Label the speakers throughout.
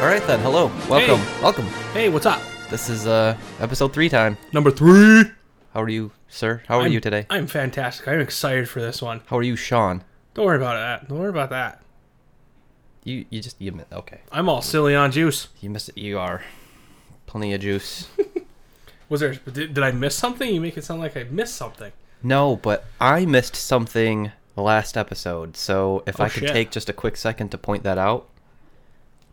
Speaker 1: All right then. Hello. Welcome.
Speaker 2: Hey.
Speaker 1: Welcome.
Speaker 2: Hey, what's up?
Speaker 1: This is uh episode three time.
Speaker 2: Number three.
Speaker 1: How are you, sir? How are you today?
Speaker 2: I'm fantastic. I'm excited for this one.
Speaker 1: How are you, Sean?
Speaker 2: Don't worry about that. Don't worry about that.
Speaker 1: You you just you mi- okay?
Speaker 2: I'm all silly on juice.
Speaker 1: You miss you are plenty of juice.
Speaker 2: Was there? Did, did I miss something? You make it sound like I missed something.
Speaker 1: no, but I missed something last episode. So if
Speaker 2: Oh,
Speaker 1: I could
Speaker 2: shit.
Speaker 1: take just a quick second to point that out,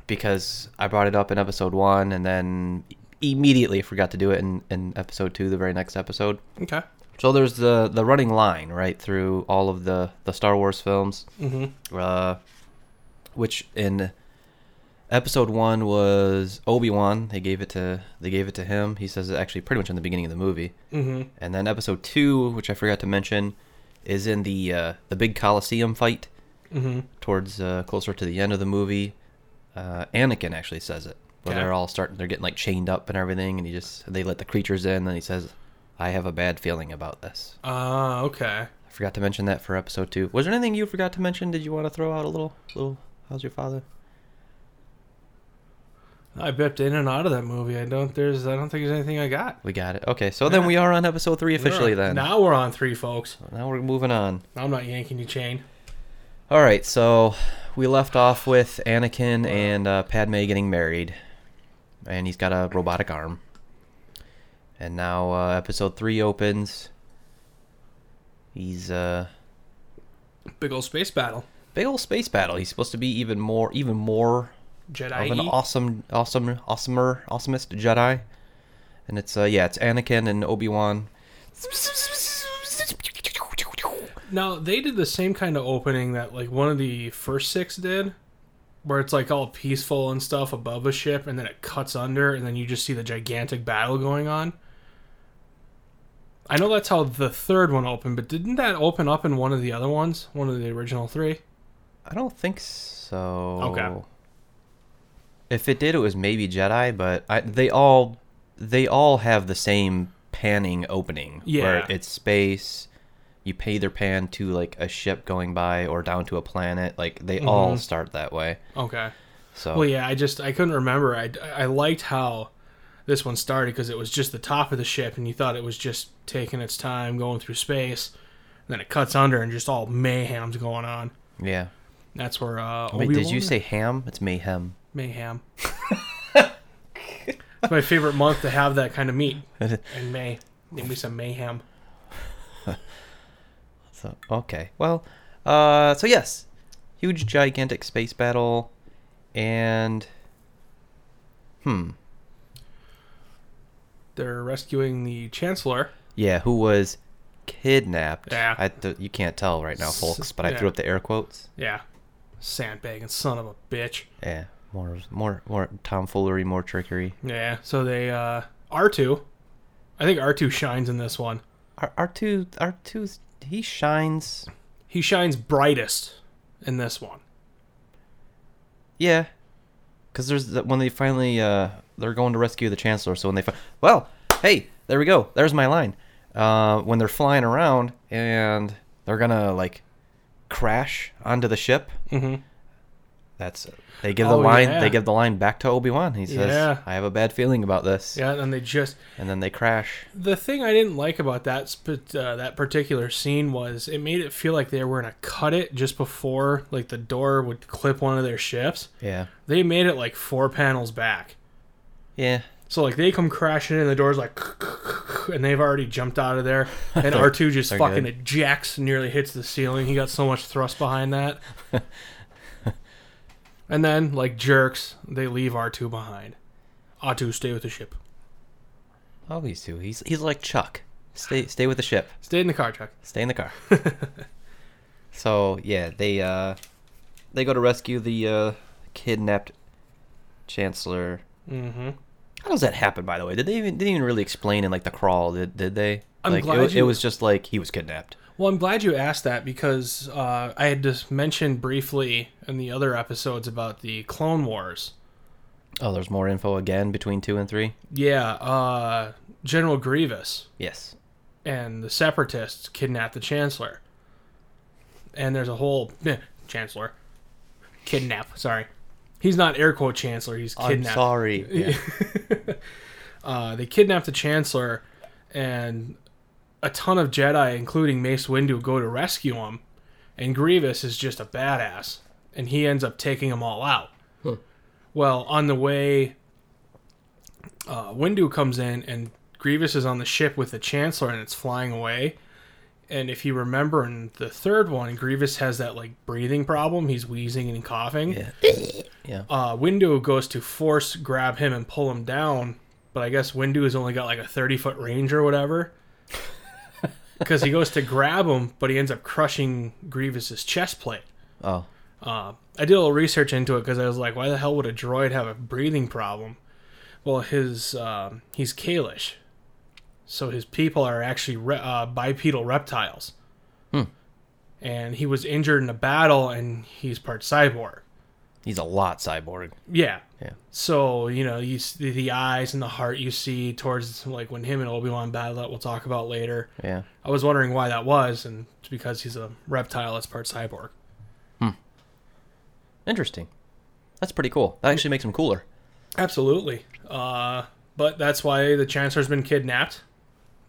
Speaker 1: because I brought it up in episode one and then immediately forgot to do it in, in episode two, the very next episode.
Speaker 2: Okay.
Speaker 1: So there's the the running line right through all of the the Star Wars films,
Speaker 2: Mm-hmm.
Speaker 1: uh, which in episode one was Obi Wan. They gave it to they gave it to him. He says it actually pretty much in the beginning of the movie.
Speaker 2: Mm-hmm.
Speaker 1: And then episode two, which I forgot to mention, is in the uh, the big Coliseum fight
Speaker 2: Mm-hmm.
Speaker 1: towards uh, closer to the end of the movie. Uh, Anakin actually says it where
Speaker 2: Okay.
Speaker 1: they're all starting they're getting like chained up and everything, and he just they let the creatures in. And he says, "I have a bad feeling about this."
Speaker 2: Ah, okay.
Speaker 1: I forgot to mention that for episode two. Was there anything you forgot to mention? Did you want to throw out a little little? How's your father?
Speaker 2: I bipped in and out of that movie. I don't. There's. I don't think there's anything I got.
Speaker 1: We got it. Okay, so then we are on episode three officially.
Speaker 2: We're-
Speaker 1: Then now.
Speaker 2: Now we're on three, folks.
Speaker 1: we're moving on.
Speaker 2: I'm not yanking your chain.
Speaker 1: All right, so we left off with Anakin and uh, Padme getting married, and he's got a robotic arm. And now uh, episode three opens. He's uh,
Speaker 2: Big old space battle.
Speaker 1: big old space battle. He's supposed to be even more, even more of
Speaker 2: Jedi.
Speaker 1: an awesome, awesome, awesomer, awesomest Jedi. And it's uh, yeah, it's Anakin and Obi Wan.
Speaker 2: Now they did the same kind of opening that like one of the first six did, where it's like all peaceful and stuff above a ship, and then it cuts under, and then you just see the gigantic battle going on. I know that's how the third one opened, but didn't that open up in one of the other ones, one of the original three?
Speaker 1: I don't think so.
Speaker 2: Okay.
Speaker 1: If it did, it was maybe Jedi, but I, they all they all have the same panning opening.
Speaker 2: Yeah.
Speaker 1: Where it's space. You pay their pan to like a ship going by or down to a planet. Like they all
Speaker 2: Mhm.
Speaker 1: start that way.
Speaker 2: Okay.
Speaker 1: So
Speaker 2: Well, yeah, I just I couldn't remember. I I liked how this one started because it was just the top of the ship, and you thought it was just taking its time going through space, and then it cuts under, and just all mayhem's going on.
Speaker 1: yeah.
Speaker 2: That's where uh,
Speaker 1: Wait,
Speaker 2: Obi-Wan
Speaker 1: did you say ham? It's mayhem.
Speaker 2: mayhem? it's my favorite month to have that kind of meat in May. Give me some mayhem.
Speaker 1: So okay, well, uh, so yes, huge gigantic space battle, and hmm,
Speaker 2: They're rescuing the Chancellor.
Speaker 1: yeah, who was kidnapped?
Speaker 2: Yeah.
Speaker 1: I th- you can't tell right now,
Speaker 2: S-
Speaker 1: folks, but I threw
Speaker 2: yeah.
Speaker 1: up the air quotes.
Speaker 2: Yeah, sandbagging son of a bitch.
Speaker 1: Yeah, more, more, more tomfoolery, more trickery.
Speaker 2: Yeah. So they uh R two. I think R two shines in this one.
Speaker 1: R R two, R two, he shines.
Speaker 2: He shines brightest in this one.
Speaker 1: Yeah, because there's the, when they finally uh, they're going to rescue the chancellor. So when they fi- well, hey, there we go. There's my line. Uh, when they're flying around and they're gonna like crash onto the ship.
Speaker 2: Mm-hmm.
Speaker 1: That's they give the
Speaker 2: Oh,
Speaker 1: line.
Speaker 2: yeah.
Speaker 1: They give the line back to Obi Wan. He says,
Speaker 2: Yeah.
Speaker 1: "I have a bad feeling about this."
Speaker 2: Yeah, and they just
Speaker 1: And then they crash.
Speaker 2: the thing I didn't like about that sp- uh, that particular scene was it made it feel like they were gonna cut it just before like the door would clip one of their ships.
Speaker 1: Yeah.
Speaker 2: They made it like four panels back,
Speaker 1: Yeah.
Speaker 2: so like they come crashing in, the door's like, and they've already jumped out of there, and R two just
Speaker 1: they're
Speaker 2: fucking
Speaker 1: good.
Speaker 2: ejects, nearly hits the ceiling. He got so much thrust behind that, and then like jerks, they leave R two behind. R two, stay with the ship.
Speaker 1: Oh, he's too. He's he's like Chuck. Stay stay with the ship.
Speaker 2: Stay in the car, Chuck.
Speaker 1: Stay in the car. so yeah, they uh, they go to rescue the uh, kidnapped chancellor.
Speaker 2: Mm-hmm.
Speaker 1: How does that happen, by the way? Did they even didn't even really explain in like the crawl? Did did they?
Speaker 2: I'm
Speaker 1: like,
Speaker 2: glad
Speaker 1: it, wa- it
Speaker 2: you-
Speaker 1: was just like he was kidnapped.
Speaker 2: Well, I'm glad you asked that because uh, I had just mentioned briefly in the other episodes about the Clone Wars.
Speaker 1: Oh, there's more info again between two and three.
Speaker 2: Yeah, uh, General Grievous
Speaker 1: Yes.
Speaker 2: and the Separatists kidnapped the Chancellor. And there's a whole. Chancellor. eh, Kidnap, sorry. He's not air quote chancellor. He's
Speaker 1: I'm
Speaker 2: kidnapped.
Speaker 1: sorry. Yeah.
Speaker 2: uh, they kidnap the Chancellor, and a ton of Jedi, including Mace Windu, go to rescue him. And Grievous is just a badass, and he ends up taking them all out. Well, on the way, uh, Windu comes in, and Grievous is on the ship with the Chancellor, and it's flying away. And if you remember in the third one, Grievous has that like breathing problem. He's wheezing and coughing
Speaker 1: yeah. Yeah.
Speaker 2: uh, Windu goes to force grab him and pull him down, but I guess Windu has only got like a 30 foot range or whatever. Because he goes to grab him, but he ends up crushing Grievous's chest plate.
Speaker 1: Oh.
Speaker 2: Uh, I did a little research into it because I was like, why the hell would a droid have a breathing problem? Well, his um, he's Kalish, so his people are actually re- uh, bipedal reptiles. And he was injured in a battle, and he's part cyborg.
Speaker 1: He's a lot cyborg.
Speaker 2: Yeah.
Speaker 1: Yeah.
Speaker 2: So you know, you see the eyes and the heart you see towards like when him and Obi Wan battle that we'll talk about later.
Speaker 1: Yeah.
Speaker 2: I was wondering why that was, and it's because he's a reptile that's part cyborg.
Speaker 1: Interesting. That's pretty cool. That actually makes him cooler.
Speaker 2: Absolutely. Uh, but that's why the Chancellor's been kidnapped.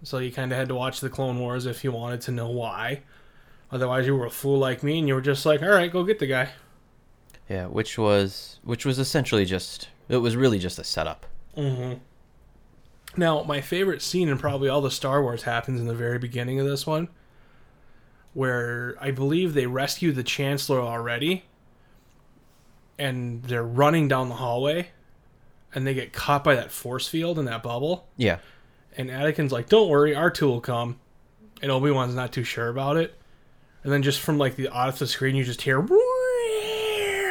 Speaker 2: So you kind of had to watch the Clone Wars if you wanted to know why. Otherwise, you were a fool like me, and you were just like, "All right, go get the guy."
Speaker 1: Yeah, which was which was essentially just it was really just a setup.
Speaker 2: Now, my favorite scene in probably all the Star Wars happens in the very beginning of this one, where I believe they rescue the Chancellor already, and they're running down the hallway, and they get caught by that force field and that bubble,
Speaker 1: Yeah.
Speaker 2: and Anakin's like, "Don't worry, R two will come," and Obi Wan's not too sure about it, and then just from like the off the screen, you just hear.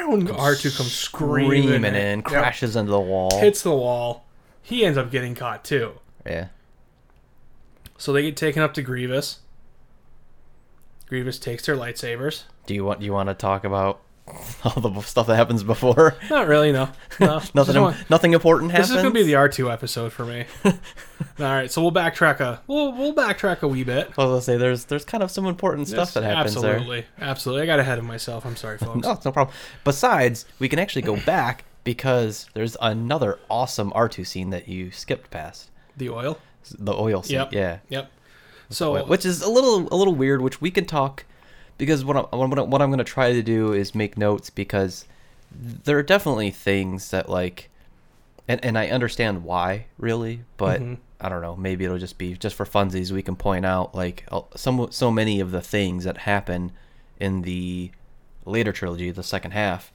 Speaker 2: When R two comes screaming,
Speaker 1: Screaming
Speaker 2: and
Speaker 1: and crashes into the wall.
Speaker 2: hits the wall, he ends up getting caught too.
Speaker 1: yeah.
Speaker 2: So they get taken up to Grievous. Grievous takes their lightsabers.
Speaker 1: Do you want do you want to talk about all the stuff that happens before?
Speaker 2: Not really, no. no Just
Speaker 1: nothing
Speaker 2: one-
Speaker 1: nothing important happens.
Speaker 2: This is gonna be the R two episode for me. All right, so we'll backtrack a we'll we'll backtrack a wee bit.
Speaker 1: I was gonna say there's there's kind of some important stuff that happens there.
Speaker 2: absolutely, absolutely. I got ahead of myself. I'm sorry, folks.
Speaker 1: No, it's no problem. Besides, we can actually go back because there's another awesome R2 scene that you skipped past.
Speaker 2: The oil.
Speaker 1: The oil scene.
Speaker 2: Yep.
Speaker 1: Yeah.
Speaker 2: Yep. So
Speaker 1: Wh- which is a little a little weird which we can talk because what I'm, what I'm, what I'm going to try to do is make notes because there are definitely things that like and and I understand why really but I don't know maybe it'll just be just for funsies we can point out like uh, some so many of the things that happen in the later trilogy the second half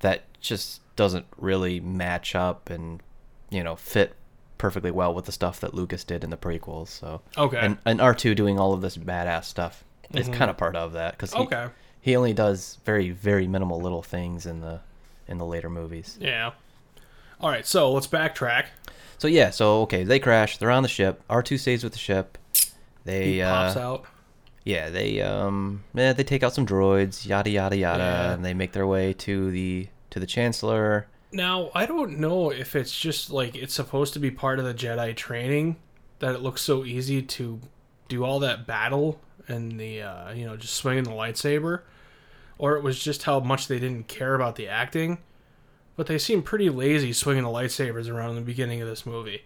Speaker 1: that just doesn't really match up and you know fit perfectly well with the stuff that Lucas did in the prequels. So
Speaker 2: Okay. Mm-hmm.
Speaker 1: and, and R two doing all of this badass stuff is kind of part of that because he,
Speaker 2: Okay.
Speaker 1: he only does very very minimal little things in the in the later movies.
Speaker 2: yeah. All right, so let's backtrack.
Speaker 1: So yeah, so okay, they crash. They're on the ship. R two stays with the ship. They
Speaker 2: He
Speaker 1: uh,
Speaker 2: pops out.
Speaker 1: yeah they um yeah, they take out some droids yada yada yada
Speaker 2: Yeah.
Speaker 1: and they make their way to the to the chancellor.
Speaker 2: Now, I don't know if it's just like it's supposed to be part of the Jedi training that it looks so easy to do all that battle and the uh, you know just swinging the lightsaber, or it was just how much they didn't care about the acting. But they seem pretty lazy swinging the lightsabers around in the beginning of this movie.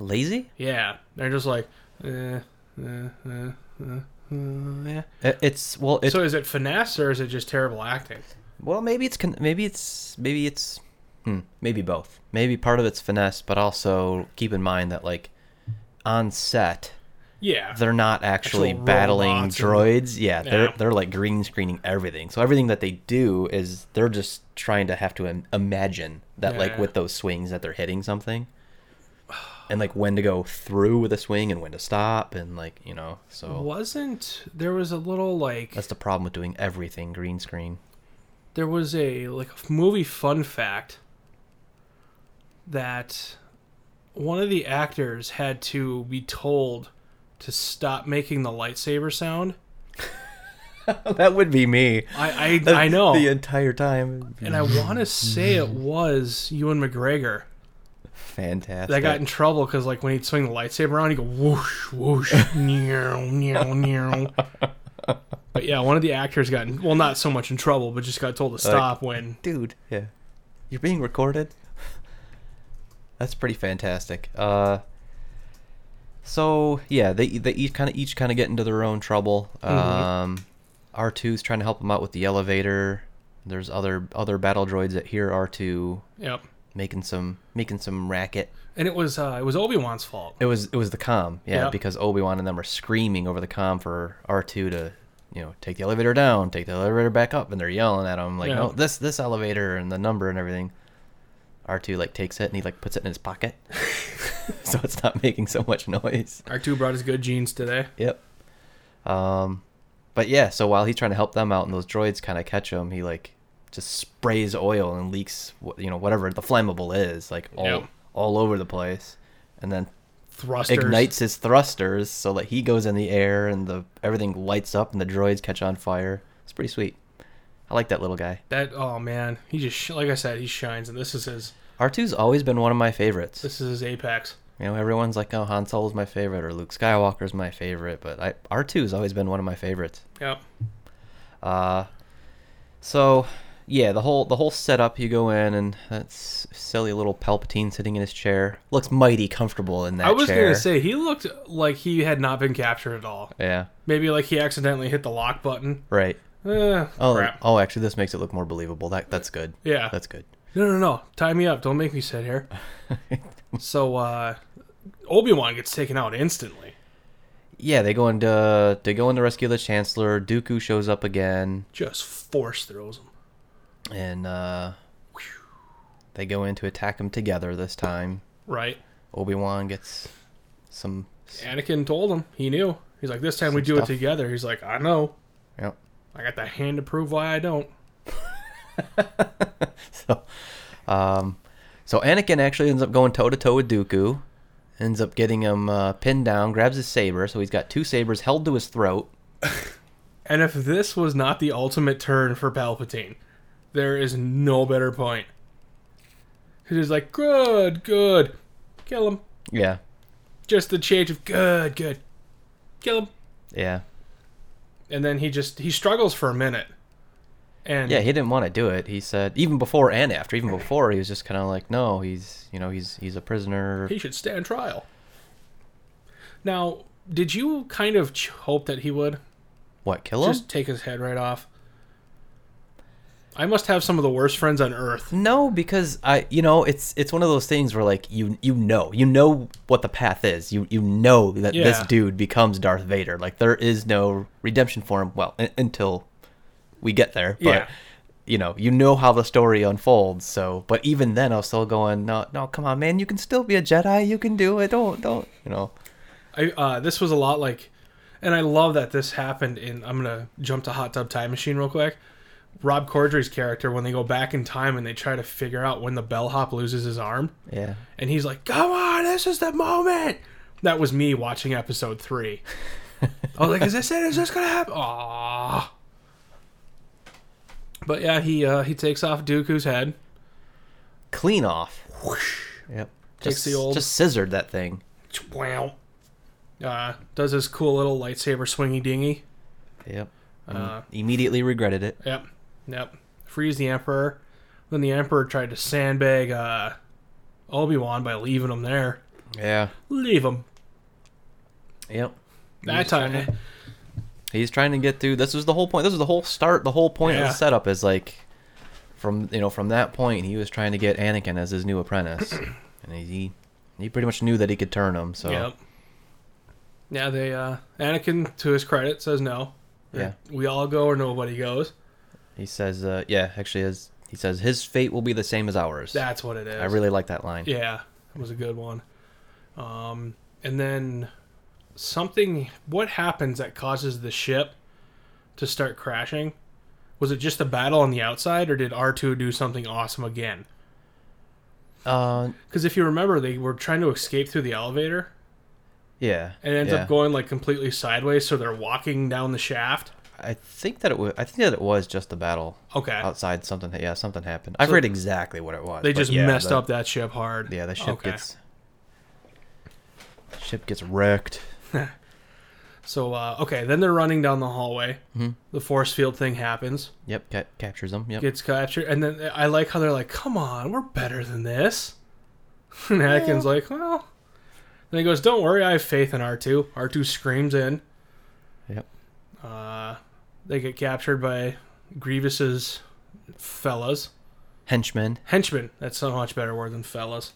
Speaker 1: Lazy?
Speaker 2: Yeah, they're just like, eh, eh, eh, eh, eh, eh.
Speaker 1: It- It's well, it's
Speaker 2: so is it finesse or is it just terrible acting?
Speaker 1: Well, maybe it's con- maybe it's maybe it's hmm, maybe both. Maybe part of it's finesse, but also keep in mind that like on set
Speaker 2: Yeah,
Speaker 1: they're not actually
Speaker 2: Actual
Speaker 1: battling
Speaker 2: robots and-
Speaker 1: droids. Yeah, they're
Speaker 2: Yeah.
Speaker 1: they're like green screening everything. So everything that they do is they're just trying to have to im- imagine that like
Speaker 2: Yeah.
Speaker 1: with those swings that they're hitting something. And like when to go through with a swing and when to stop and like, you know. So
Speaker 2: wasn't there was a little like
Speaker 1: that's the problem with doing everything green screen.
Speaker 2: there was a like a movie fun fact that one of the actors had to be told to stop making the lightsaber sound.
Speaker 1: that would be me.
Speaker 2: I I, I know,
Speaker 1: the entire time.
Speaker 2: and I want to say it was Ewan McGregor
Speaker 1: Fantastic.
Speaker 2: that got in trouble because like when he'd swing the lightsaber around, he'd go whoosh whoosh, meow meow meow. But yeah, one of the actors got in, well, not so much in trouble, but just got told to stop when
Speaker 1: dude. Yeah. You're being recorded. That's pretty fantastic. Uh, so yeah, they they each kind of each kind of get into their own trouble.
Speaker 2: Mm-hmm.
Speaker 1: Um, R 2s trying to help them out with the elevator. There's other other battle droids that hear R two
Speaker 2: Yep.
Speaker 1: making some making some racket.
Speaker 2: And it was uh, it was Obi Wan's fault.
Speaker 1: It was it was the com, yeah,
Speaker 2: Yeah.
Speaker 1: because Obi Wan and them are screaming over the com for R two to, you know, take the elevator down, take the elevator back up, and they're yelling at him like,
Speaker 2: Yeah.
Speaker 1: no, this this elevator and the number and everything. R two like takes it and he like puts it in his pocket, so it's not making so much noise.
Speaker 2: R two brought his good genes today.
Speaker 1: Yep. Um, but yeah, so while he's trying to help them out and those droids kind of catch him, he like just sprays oil and leaks, wh- you know, whatever the flammable is, like all
Speaker 2: Yep.
Speaker 1: all over the place, and then
Speaker 2: Thrusters.
Speaker 1: ignites his thrusters so that he goes in the air and the everything lights up and the droids catch on fire. It's pretty sweet. I like that little guy.
Speaker 2: that. Oh man, he just sh- like I said, he shines, and this is his
Speaker 1: R2's always been one of my favorites.
Speaker 2: this is his apex.
Speaker 1: You know, everyone's like, "Oh, Han Solo's my favorite or Luke Skywalker's my favorite," but I R2's always been one of my favorites.
Speaker 2: Yep.
Speaker 1: Uh so yeah, the whole the whole setup you go in and that silly little Palpatine sitting in his chair looks mighty comfortable in that
Speaker 2: I was
Speaker 1: chair.
Speaker 2: gonna say he looked like he had not been captured at all.
Speaker 1: yeah,
Speaker 2: Maybe like he accidentally hit the lock button.
Speaker 1: right.
Speaker 2: Eh,
Speaker 1: Oh,
Speaker 2: crap.
Speaker 1: oh, actually, this makes it look more believable. That that's good.
Speaker 2: Yeah.
Speaker 1: That's good.
Speaker 2: No, no, no. Tie me up. Don't make me sit here. so, uh, Obi Wan gets taken out instantly.
Speaker 1: Yeah, they go into they go in to rescue the chancellor. Dooku shows up again,
Speaker 2: Just force throws him.
Speaker 1: and uh, they go in to attack him together this time.
Speaker 2: Right.
Speaker 1: Obi Wan gets some.
Speaker 2: Anakin told him. He knew. He's like, this time we do
Speaker 1: stuff.
Speaker 2: it together. He's like, I know.
Speaker 1: Yep.
Speaker 2: I got the hand to prove why I don't.
Speaker 1: So, um, so Anakin actually ends up going toe to toe with Dooku, ends up getting him uh, pinned down, grabs his saber, so he's got two sabers held to his throat.
Speaker 2: And if this was not the ultimate turn for Palpatine, there is no better point. It is like, good, good. Kill him.
Speaker 1: Yeah,
Speaker 2: Just the change of good, good. Kill him.
Speaker 1: yeah,
Speaker 2: and then he just he struggles for a minute and
Speaker 1: yeah. He didn't want to do it. He said even before and after, even before, he was just kind of like, no, he's you know he's he's a prisoner.
Speaker 2: he should stand trial now did you kind of ch- hope that he would
Speaker 1: What kill him?
Speaker 2: just take his head right off i must have some of the worst friends on earth
Speaker 1: No, because I, you know, it's it's one of those things where like you you know you know what the path is. You you know that this
Speaker 2: Yeah.
Speaker 1: dude becomes Darth Vader. Like there is no redemption for him. Well, un until we get there. But,
Speaker 2: Yeah.
Speaker 1: You know, you know how the story unfolds. So, but even then, I was still going, no, no, come on, man, you can still be a Jedi. You can do it. Don't, don't. You know.
Speaker 2: I, uh, this was a lot like and i love that this happened in i'm gonna jump to hot tub time machine real quick rob corddry's character when they go back in time and they try to figure out when the bellhop loses his arm
Speaker 1: Yeah.
Speaker 2: and he's like, "Come on, this is the moment." That was me watching episode three. I was like, "Is this it? Is this gonna happen?" Aww. But yeah, he uh, he takes off Dooku's head.
Speaker 1: Clean off. Yep.
Speaker 2: Takes
Speaker 1: Just,
Speaker 2: the old-
Speaker 1: just scissored that thing.
Speaker 2: Wow. Uh, does his cool little lightsaber swingy dingy.
Speaker 1: Yep.
Speaker 2: Uh,
Speaker 1: Immediately regretted it.
Speaker 2: yep, yep. Frees the emperor. Then the emperor tried to sandbag uh, Obi Wan by leaving him there.
Speaker 1: Yeah.
Speaker 2: Leave him.
Speaker 1: Yep.
Speaker 2: That time,
Speaker 1: He's trying to get through. This was the whole point. This was the whole start. The whole point of
Speaker 2: Yeah.
Speaker 1: the setup is like, from you know, from that point, he was trying to get Anakin as his new apprentice, and he he pretty much knew that he could turn him. So
Speaker 2: Yep. Yeah, they uh Anakin to his credit says no.
Speaker 1: Yeah.
Speaker 2: We all go or nobody goes.
Speaker 1: he says, uh, yeah, actually, as he says, his fate will be the same as ours.
Speaker 2: That's what it is.
Speaker 1: I really like that line.
Speaker 2: Yeah, it was a good one. Um and then something what happens that causes the ship to start crashing? Was it just a battle on the outside or did R2 do something awesome again?
Speaker 1: Uh,
Speaker 2: Cuz if you remember they were trying to escape through the elevator
Speaker 1: yeah.
Speaker 2: and it ends
Speaker 1: yeah.
Speaker 2: up going like completely sideways so they're walking down the shaft.
Speaker 1: I think that it was. I think that it was just the battle
Speaker 2: Okay.
Speaker 1: outside. Something. Yeah, something happened. I've
Speaker 2: So-
Speaker 1: read exactly what it was.
Speaker 2: They
Speaker 1: but
Speaker 2: just
Speaker 1: yeah,
Speaker 2: messed
Speaker 1: the-
Speaker 2: up that ship hard.
Speaker 1: Yeah, the ship
Speaker 2: Okay.
Speaker 1: gets. Ship gets wrecked.
Speaker 2: So uh, okay, then they're running down the hallway.
Speaker 1: Mhm.
Speaker 2: The force field thing happens,
Speaker 1: Yep, ca- captures them. Yep.
Speaker 2: gets captured, and then I like how they're like, "Come on, we're better than this." And Anakin's like, "Well," then he goes, "Don't worry, I have faith in R two. R two screams in.
Speaker 1: Yep.
Speaker 2: Uh, they get captured by Grievous's fellas,
Speaker 1: Henchmen.
Speaker 2: henchmen. That's so much better word than fellas.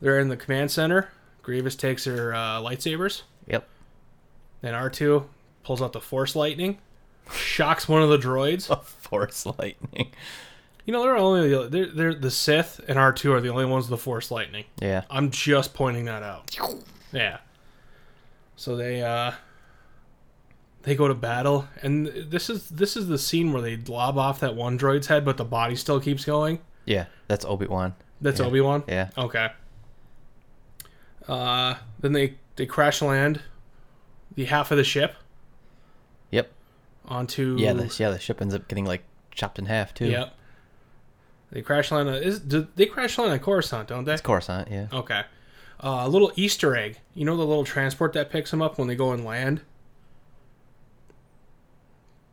Speaker 2: They're in the command center. Grievous takes their uh, lightsabers.
Speaker 1: Yep.
Speaker 2: Then R2 pulls out the Force Lightning, shocks one of the
Speaker 1: Oh.
Speaker 2: droids.
Speaker 1: Force lightning.
Speaker 2: You know, they're only they're, they're the Sith and R2 are the only ones with the Force Lightning.
Speaker 1: Yeah.
Speaker 2: I'm just pointing that out. Yeah. So they uh they go to battle and this is this is the scene where they lob off that one droid's head but the body still keeps going.
Speaker 1: Yeah. That's Obi Wan.
Speaker 2: That's
Speaker 1: Yeah.
Speaker 2: Obi-Wan.
Speaker 1: Yeah.
Speaker 2: Okay. Uh then they they crash land the half of the ship
Speaker 1: Yep.
Speaker 2: onto
Speaker 1: Yeah. The yeah the ship ends up getting like chopped in half too.
Speaker 2: Yep. They crash land. on- Is do they crash land on Coruscant? Don't they?
Speaker 1: It's Coruscant. Yeah.
Speaker 2: Okay. Uh, a little Easter egg. You know the little transport that picks them up when they go and land.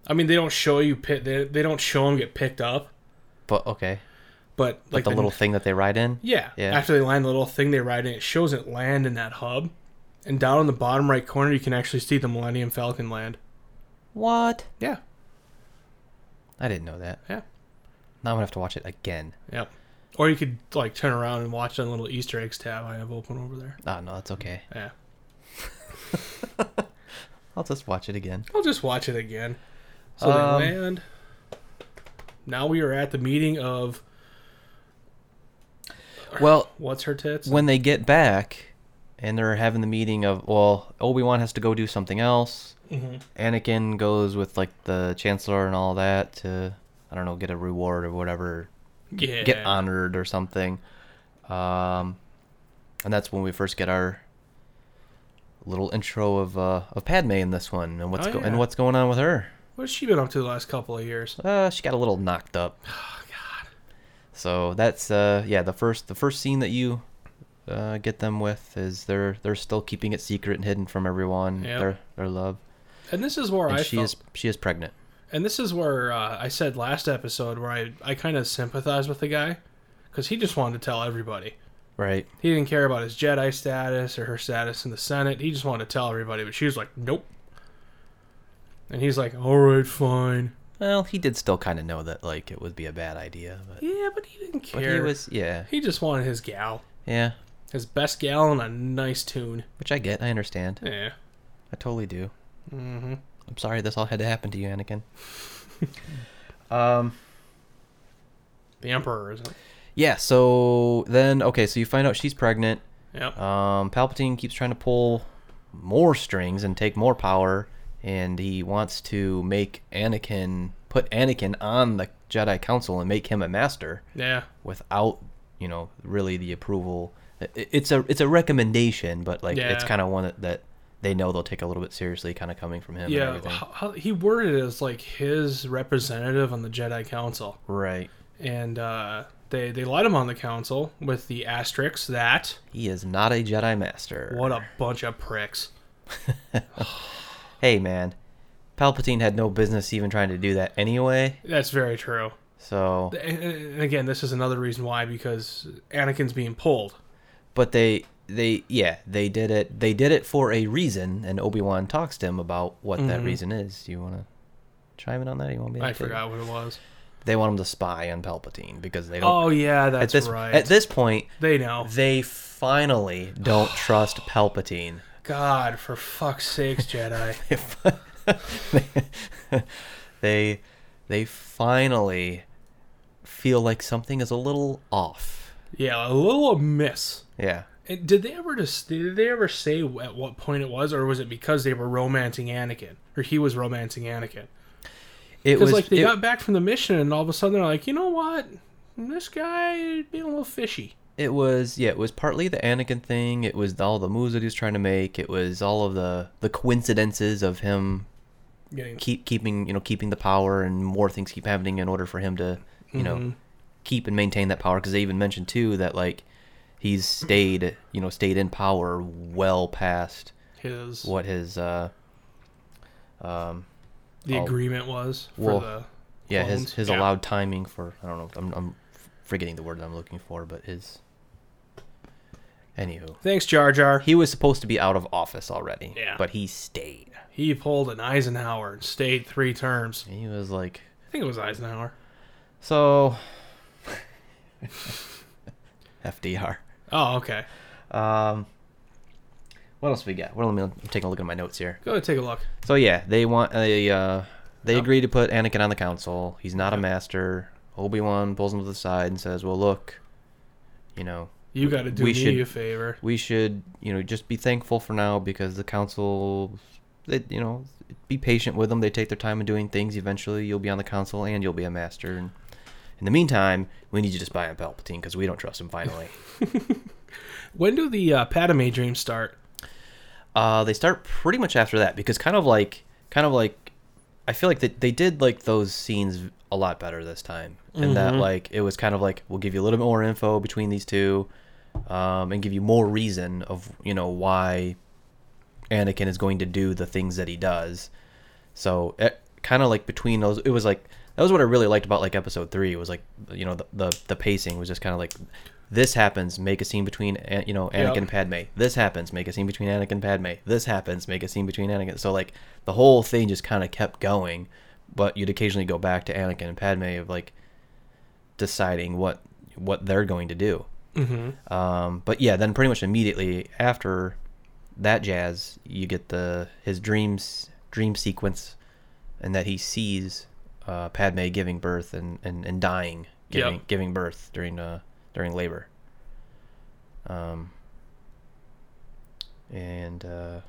Speaker 2: I mean, they don't show you pit. They, they don't show them get picked up,
Speaker 1: But okay.
Speaker 2: but
Speaker 1: Like
Speaker 2: like
Speaker 1: the little thing that they ride in.
Speaker 2: yeah,
Speaker 1: yeah.
Speaker 2: After they land, the little thing they ride in it shows it land in that hub, and down in the bottom right corner you can actually see the Millennium Falcon land.
Speaker 1: What?
Speaker 2: Yeah.
Speaker 1: I didn't know that.
Speaker 2: Yeah.
Speaker 1: Now I'm gonna have to watch it again.
Speaker 2: Yep. Or you could like turn around and watch that little Easter eggs tab I have open over there.
Speaker 1: Oh no, that's okay.
Speaker 2: Yeah.
Speaker 1: I'll just watch it again.
Speaker 2: I'll just watch it again. So
Speaker 1: Um,
Speaker 2: they land. Now we are at the meeting of
Speaker 1: Well,
Speaker 2: what's her tits?
Speaker 1: when they get back and they're having the meeting of well, Obi Wan has to go do something else.
Speaker 2: Mhm.
Speaker 1: Anakin goes with like the Chancellor and all that to I don't know get a reward or whatever,
Speaker 2: yeah.
Speaker 1: get honored or something. Um, and that's when we first get our little intro of uh, of Padme in this one and what's
Speaker 2: Oh,
Speaker 1: go-
Speaker 2: yeah.
Speaker 1: and what's going on with her.
Speaker 2: What's she been up to the last couple of years?
Speaker 1: Uh, she got a little knocked up. Oh God. So that's uh yeah the first the first scene that you uh, get them with is they're they're still keeping it secret and hidden from everyone
Speaker 2: Yep.
Speaker 1: their their love
Speaker 2: And this is where
Speaker 1: and
Speaker 2: I
Speaker 1: she
Speaker 2: felt,
Speaker 1: is she is pregnant.
Speaker 2: and this is where uh, I said last episode where I I kind of sympathize with the guy because he just wanted to tell everybody.
Speaker 1: Right.
Speaker 2: He didn't care about his Jedi status or her status in the Senate. He just wanted to tell everybody, but she was like, "Nope." And he's like, "All right, fine."
Speaker 1: Well, he did still kind of know that like it would be a bad idea, but,
Speaker 2: Yeah, but he didn't care.
Speaker 1: but he was yeah
Speaker 2: He just wanted his gal.
Speaker 1: yeah,
Speaker 2: His best gal and a nice tune.
Speaker 1: which I get, I understand,
Speaker 2: Yeah.
Speaker 1: I totally do.
Speaker 2: Mm-hmm.
Speaker 1: I'm sorry this all had to happen to you, Anakin. um.
Speaker 2: The Emperor, isn't it?
Speaker 1: Yeah. So then, okay. So you find out she's pregnant.
Speaker 2: Yep.
Speaker 1: Um, Palpatine keeps trying to pull more strings and take more power, and he wants to make Anakin put Anakin on the Jedi Council and make him a master
Speaker 2: Yeah.
Speaker 1: without, you know, really the approval. I- It's a it's a recommendation, but like it's
Speaker 2: Yeah.
Speaker 1: kind of one that, that they know they'll take a little bit seriously, kind of coming from him. and
Speaker 2: Yeah.
Speaker 1: everything.
Speaker 2: How, how, he worded it as like his representative on the Jedi Council.
Speaker 1: right.
Speaker 2: And uh, they, they let him on the council with the asterisk that.
Speaker 1: He is not a Jedi Master.
Speaker 2: What a bunch of pricks.
Speaker 1: Hey, man. Palpatine had no business even trying to do that anyway.
Speaker 2: That's very true.
Speaker 1: So
Speaker 2: And, and again, this is another reason why, because Anakin's being pulled.
Speaker 1: but they they yeah they did it they did it for a reason and obi-wan talks to him about what that
Speaker 2: Mhm.
Speaker 1: reason is do you want to chime in on that Or you want me to
Speaker 2: I
Speaker 1: take it?
Speaker 2: forgot what it was.
Speaker 1: they want him to spy on palpatine because they don't
Speaker 2: Oh, yeah, that's
Speaker 1: at this
Speaker 2: right. Oh.
Speaker 1: at this point
Speaker 2: they know.
Speaker 1: they finally don't trust palpatine
Speaker 2: God, for fuck's sakes, Jedi.
Speaker 1: they they finally feel like something is a little off
Speaker 2: yeah, a little amiss.
Speaker 1: yeah
Speaker 2: And did they ever just did they ever say at what point it was, or was it because they were romancing Anakin, or he was romancing Anakin?
Speaker 1: it
Speaker 2: Because
Speaker 1: was
Speaker 2: like they
Speaker 1: it-
Speaker 2: got back from the mission, and all of a sudden they're like, you know what, this guy being a little fishy.
Speaker 1: It was yeah, it was partly the Anakin thing. It was all the moves that he was trying to make. It was all of the the coincidences of him
Speaker 2: Getting
Speaker 1: keep keeping you know keeping the power and more things keep happening in order for him to you know keep and maintain that power. Because they even mentioned too that like he's stayed you know stayed in power well past
Speaker 2: his
Speaker 1: what his uh, um,
Speaker 2: the
Speaker 1: I'll-
Speaker 2: agreement was for
Speaker 1: Well,
Speaker 2: the
Speaker 1: yeah his
Speaker 2: Clones?
Speaker 1: his
Speaker 2: Yeah.
Speaker 1: allowed timing for I don't know I'm I'm forgetting the word that I'm looking for, but his. Anywho,
Speaker 2: thanks Jar Jar.
Speaker 1: he was supposed to be out of office already,
Speaker 2: Yeah.
Speaker 1: but he stayed.
Speaker 2: He pulled an Eisenhower and stayed three terms.
Speaker 1: He was like,
Speaker 2: I think it was Eisenhower.
Speaker 1: so. FDR.
Speaker 2: Oh, okay.
Speaker 1: Um, what else we got? Well, let me I'm taking a look at my notes here.
Speaker 2: Go ahead, take a look.
Speaker 1: So yeah, they want a. Uh, they
Speaker 2: Yep.
Speaker 1: agree to put Anakin on the council. He's not a master. Obi Wan pulls him to the side and says, "Well, look, you know,
Speaker 2: You got to do
Speaker 1: we
Speaker 2: me
Speaker 1: should-
Speaker 2: a favor.
Speaker 1: we should, you know, just be thankful for now because the council, they, you know, be patient with them. They take their time in doing things. Eventually, you'll be on the council and you'll be a master. And in the meantime, we need you to spy on Palpatine because we don't trust him. Finally,
Speaker 2: When do the uh, Padme dreams start?
Speaker 1: Uh, they start pretty much after that because kind of like kind of like I feel like that they did like those scenes a lot better this time, and that like it was kind of like we'll give you a little bit more info between these two, um, and give you more reason of you know why Anakin is going to do the things that he does. So it, kind of like between those, it was like that was what I really liked about like episode three. It was like you know the the, the pacing was just kind of like this happens, make a scene between An- you know Anakin
Speaker 2: Yep.
Speaker 1: and Padme. This happens, make a scene between Anakin and Padme. This happens, make a scene between Anakin. So like the whole thing just kind of kept going, but you'd occasionally go back to Anakin and Padme of like deciding what what they're going to do.
Speaker 2: Mm-hmm.
Speaker 1: Um, but yeah, then pretty much immediately after that jazz, you get the his dreams dream sequence, and that he sees uh, Padme giving birth and, and, and dying giving
Speaker 2: Yep.
Speaker 1: giving birth during uh, during labor. Um, and uh,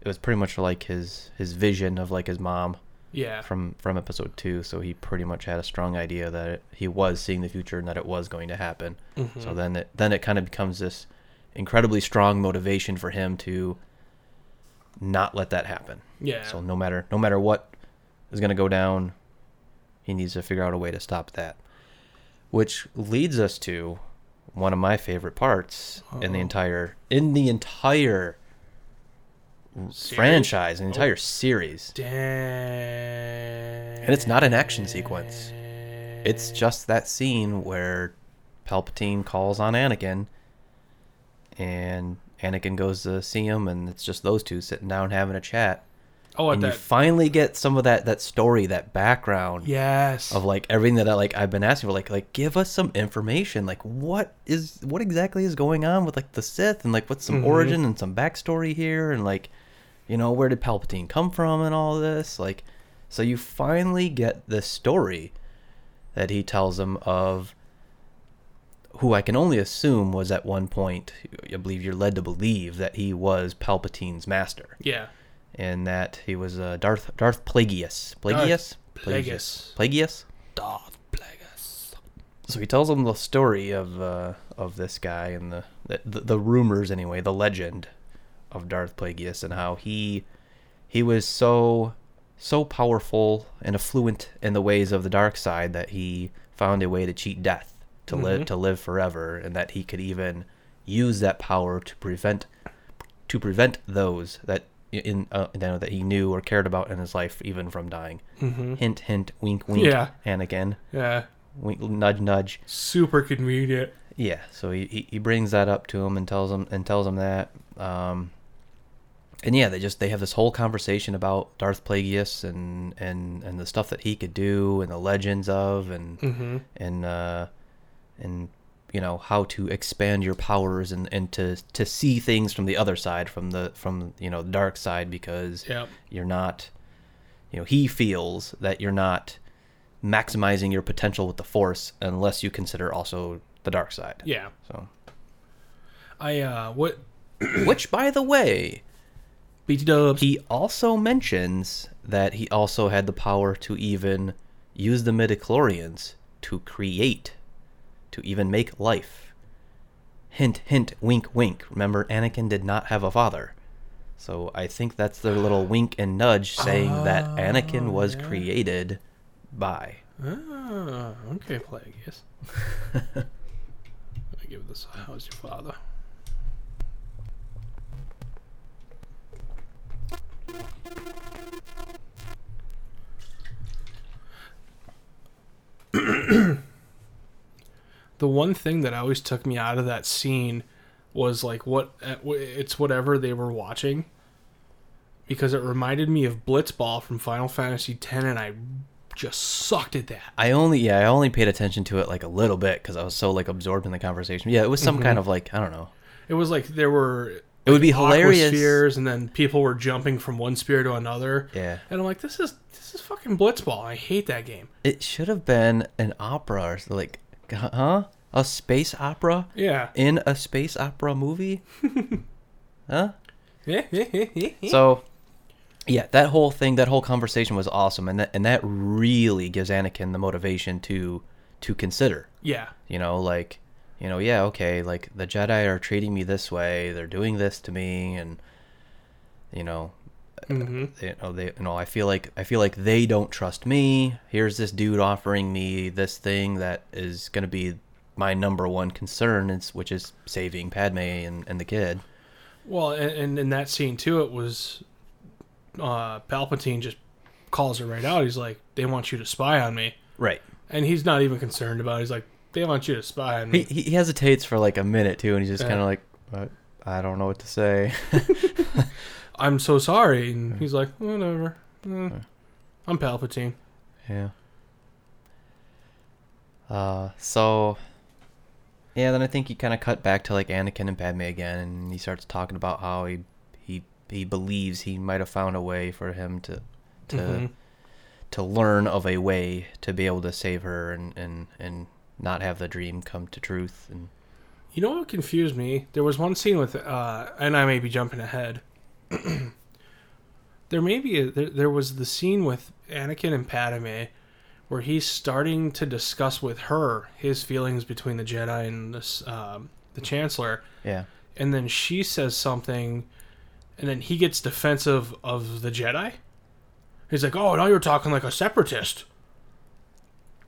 Speaker 1: it was pretty much like his his vision of like his mom
Speaker 2: Yeah.
Speaker 1: from from episode two. So he pretty much had a strong idea that it, he was seeing the future and that it was going to happen.
Speaker 2: Mhm.
Speaker 1: So then it then it kind of becomes this incredibly strong motivation for him to not let that happen.
Speaker 2: Yeah.
Speaker 1: So no matter no matter what is going to go down, he needs to figure out a way to stop that. Which leads us to one of my favorite parts in the
Speaker 2: Uh-oh.
Speaker 1: entire in the entire
Speaker 2: Series? Oh.
Speaker 1: franchise, an entire series.
Speaker 2: Dang. And
Speaker 1: And it's not an action sequence. It's just that scene where Palpatine calls on Anakin and Anakin goes to see him and it's just those two sitting down having a chat.
Speaker 2: Oh, at
Speaker 1: and you
Speaker 2: that.
Speaker 1: finally get some of that that story, that background
Speaker 2: Yes.
Speaker 1: of like everything that I like I've been asking for like like give us some information. Like what is what exactly is going on with like the Sith and like what's some
Speaker 2: Mhm.
Speaker 1: origin and some backstory here and like you know where did Palpatine come from and all this? Like so you finally get this story that he tells him of who I can only assume was at one point I believe you're led to believe that he was Palpatine's master
Speaker 2: yeah.
Speaker 1: and that he was uh, Darth Darth Plagueis. Plagueis?
Speaker 2: Plagueis.
Speaker 1: Plagueis?
Speaker 2: Darth Plagueis.
Speaker 1: so he tells them the story of uh, of this guy and the, the the rumors anyway, the legend of Darth Plagueis and how he he was so so powerful and affluent in the ways of the dark side that he found a way to cheat death to live
Speaker 2: Mhm.
Speaker 1: to live forever and that he could even use that power to prevent to prevent those that in uh, you know, that he knew or cared about in his life even from dying.
Speaker 2: Mm-hmm.
Speaker 1: Hint hint wink wink
Speaker 2: Yeah.
Speaker 1: Anakin
Speaker 2: Yeah.
Speaker 1: wink nudge nudge
Speaker 2: Super convenient.
Speaker 1: yeah, so he, he, he brings that up to him and tells him and tells him that, um, and yeah, they just they have this whole conversation about Darth Plagueis and and and the stuff that he could do and the legends of and
Speaker 2: Mm-hmm.
Speaker 1: and uh, and you know how to expand your powers and and to to see things from the other side from the from you know the dark side because
Speaker 2: Yep.
Speaker 1: you're not you know he feels that you're not maximizing your potential with the force unless you consider also the dark side
Speaker 2: Yeah.
Speaker 1: so
Speaker 2: I uh what
Speaker 1: which by the way
Speaker 2: BT Dubs.
Speaker 1: he also mentions that he also had the power to even use the midichlorians to create to even make life hint hint wink wink remember anakin did not have a father so i think that's their little wink and nudge saying that anakin was created by
Speaker 2: Ah, okay, Plagueis. I give this. How's your father? the one thing that always took me out of that scene was like what uh, it's whatever they were watching because it reminded me of blitzball from final fantasy x and i just sucked at that
Speaker 1: I only yeah I only paid attention to it like a little bit because I was so like absorbed in the conversation. Yeah, it was some kind of like I don't know.
Speaker 2: it was like there were
Speaker 1: It would be hilarious.
Speaker 2: spheres and then people were jumping from one sphere to another
Speaker 1: Yeah,
Speaker 2: and i'm like this is this is fucking blitzball i hate that game
Speaker 1: it should have been an opera or s- like huh a space opera
Speaker 2: yeah
Speaker 1: in a space opera movie, huh?
Speaker 2: so
Speaker 1: So, yeah, that whole thing, that whole conversation was awesome, and that and that really gives Anakin the motivation to to consider.
Speaker 2: yeah
Speaker 1: You know, like, you know, yeah, okay, like the Jedi are treating me this way, they're doing this to me, and you know,
Speaker 2: mm-hmm.
Speaker 1: you know, they, you know, I feel like I feel like they don't trust me. Here's this dude offering me this thing that is gonna be my number one concern, is which is saving Padme and, and the kid.
Speaker 2: Well, and, and in that scene too, it was uh, Palpatine just calls it right out. He's like, "They want you to spy on me,"
Speaker 1: Right.
Speaker 2: and he's not even concerned about. it. He's like, "They want you to spy on
Speaker 1: He,
Speaker 2: me."
Speaker 1: he he hesitates for like a minute too, and he's just
Speaker 2: Yeah.
Speaker 1: kind of like, "Uh, I don't know what to say.
Speaker 2: I'm so sorry.
Speaker 1: Mm.
Speaker 2: And he's like, "Whatever. Eh, I'm Palpatine."
Speaker 1: yeah. Uh, so. Yeah, then I think he kind of cut back to like Anakin and Padme again, and he starts talking about how he he he believes he might have found a way for him to to
Speaker 2: Mhm.
Speaker 1: to learn of a way to be able to save her and and and not have the dream come to truth. And
Speaker 2: You know what confused me? There was one scene with, uh, and I may be jumping ahead. there may be a, there, there was the scene with Anakin and Padme, where he's starting to discuss with her his feelings between the Jedi and this um, the Chancellor,
Speaker 1: yeah,
Speaker 2: and then she says something, and then he gets defensive of the Jedi. He's like, "Oh, now you're talking like a separatist,"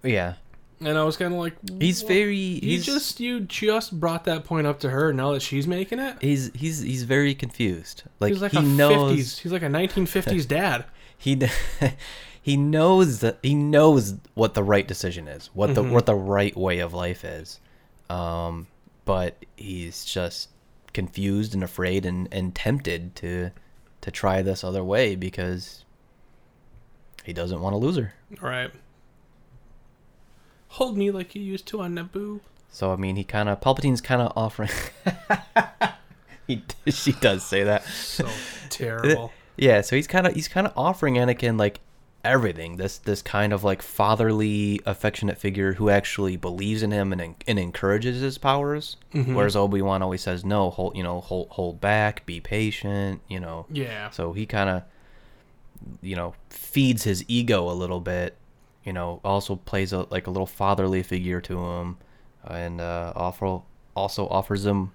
Speaker 1: yeah,
Speaker 2: and I was kind of like,
Speaker 1: he's
Speaker 2: "Wha-
Speaker 1: very
Speaker 2: You
Speaker 1: he's just
Speaker 2: just you just brought that point up to her. Now that she's making it,
Speaker 1: he's he's he's very confused. Like,
Speaker 2: he's like
Speaker 1: he
Speaker 2: a
Speaker 1: knows
Speaker 2: 50s. He's like a 1950s dad.
Speaker 1: he kn- he knows that he knows what the right decision is, what the what the right way of life is, um, but he's just confused and afraid and, and tempted to to try this other way because he doesn't want to lose her.
Speaker 2: All right. Hold me like you used to on Naboo.
Speaker 1: So I mean, he kind of Palpatine's kind of offering. he she does say that.
Speaker 2: So terrible.
Speaker 1: Yeah, so he's kind of he's kind of offering Anakin like everything. This this kind of like fatherly, affectionate figure who actually believes in him and en- and encourages his powers. Whereas Obi Wan always says no, hold you know hold hold back, be patient, you know.
Speaker 2: Yeah.
Speaker 1: So he kind of you know feeds his ego a little bit. You know, also plays a like a little fatherly figure to him, and uh, offer also offers him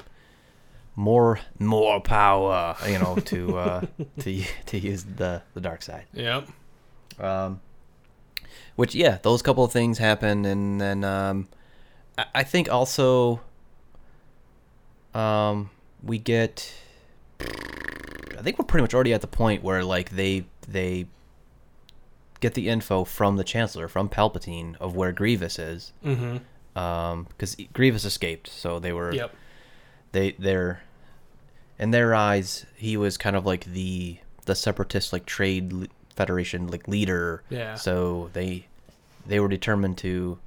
Speaker 1: more more power. You know, to uh, to to use the the dark side.
Speaker 2: Yep.
Speaker 1: Um, which yeah, those couple of things happen, and then um, I, I think also um, we get. I think we're pretty much already at the point where like they they get the info from the Chancellor from Palpatine of where Grievous is,
Speaker 2: Mm-hmm.
Speaker 1: because Grievous escaped, so they were
Speaker 2: Yep.
Speaker 1: they they're in their eyes he was kind of like the the separatist like trade l- federation like leader
Speaker 2: Yeah.
Speaker 1: so they they were determined to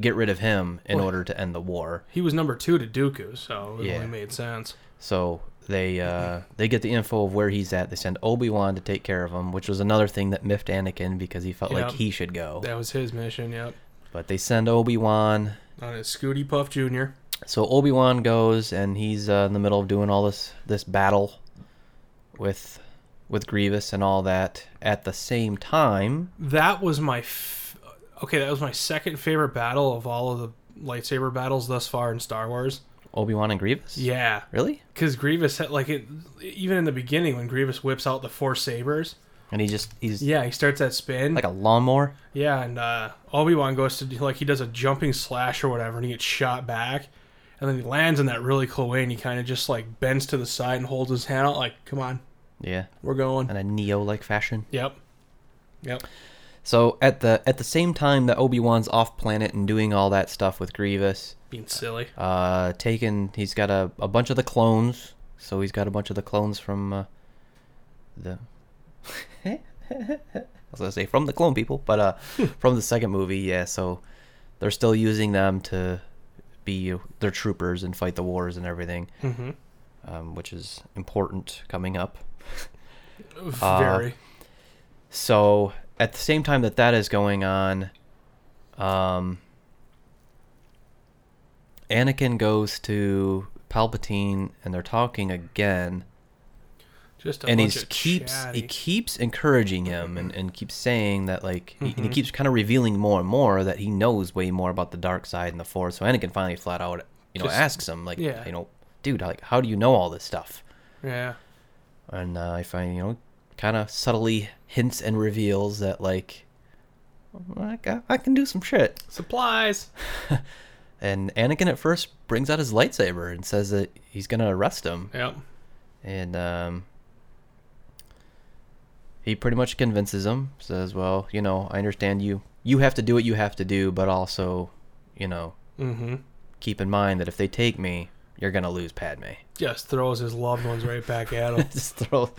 Speaker 1: get rid of him in
Speaker 2: Well-
Speaker 1: order to end the war
Speaker 2: He was number two to Dooku, so it
Speaker 1: Yeah.
Speaker 2: only made sense.
Speaker 1: so they uh they get the info of where he's at they send obi-wan to take care of him which was another thing that miffed anakin because he felt like
Speaker 2: Yeah.
Speaker 1: he should go
Speaker 2: That was his mission. Yep.
Speaker 1: but they send obi-wan
Speaker 2: On his Scooty Puff Jr.
Speaker 1: so obi-wan goes and he's uh, in the middle of doing all this this battle with with grievous and all that at the same time
Speaker 2: That was my. F- okay, that was my second favorite battle of all of the lightsaber battles thus far in Star Wars.
Speaker 1: obi-wan and grievous
Speaker 2: Yeah.
Speaker 1: really
Speaker 2: Because Grievous, had, like, it, even in the beginning when Grievous whips out the four sabers,
Speaker 1: and he just he's
Speaker 2: yeah, he starts that spin.
Speaker 1: like a lawnmower
Speaker 2: Yeah, and uh, Obi Wan goes to do, like he does a jumping slash or whatever, and he gets shot back, and then he lands in that really cool way, and he kind of just like bends to the side and holds his hand out like, "Come on,
Speaker 1: Yeah,
Speaker 2: We're going.
Speaker 1: in a Neo-like fashion.
Speaker 2: Yep. Yep.
Speaker 1: So at the at the same time that Obi Wan's off planet and doing all that stuff with Grievous,
Speaker 2: Being silly.
Speaker 1: uh, taking he's got a, a bunch of the clones. So he's got a bunch of the clones from uh, the. I was gonna say from the clone people, but uh, from the second movie, yeah. So they're still using them to be their troopers and fight the wars and everything,
Speaker 2: Mm-hmm.
Speaker 1: um, which is important coming up. Uh,
Speaker 2: Very.
Speaker 1: So at the same time that that is going on, um, Anakin goes to Palpatine, and they're talking again.
Speaker 2: Just a
Speaker 1: and he
Speaker 2: bunch of
Speaker 1: keeps he
Speaker 2: chatty.
Speaker 1: keeps encouraging him, and, and keeps saying that like, he,
Speaker 2: Mm-hmm.
Speaker 1: and he keeps kind of revealing more and more that he knows way more about the dark side and the Force. So Anakin finally flat out, you know,
Speaker 2: Just-
Speaker 1: asks him like,
Speaker 2: yeah.
Speaker 1: you know, dude, like, how do you know all this stuff?
Speaker 2: Yeah.
Speaker 1: and uh, I find you know kind of subtly hints and reveals that like I, ca- I can do some shit.
Speaker 2: Supplies.
Speaker 1: And Anakin at first brings out his lightsaber and says that he's gonna arrest him,
Speaker 2: Yep.
Speaker 1: and um, he pretty much convinces him. Says, "Well, you know, I understand you. You have to do what you have to do, but also, you know,
Speaker 2: Mm-hmm.
Speaker 1: keep in mind that if they take me, you're gonna lose Padme."
Speaker 2: Just throws his loved ones right back at him.
Speaker 1: just throw.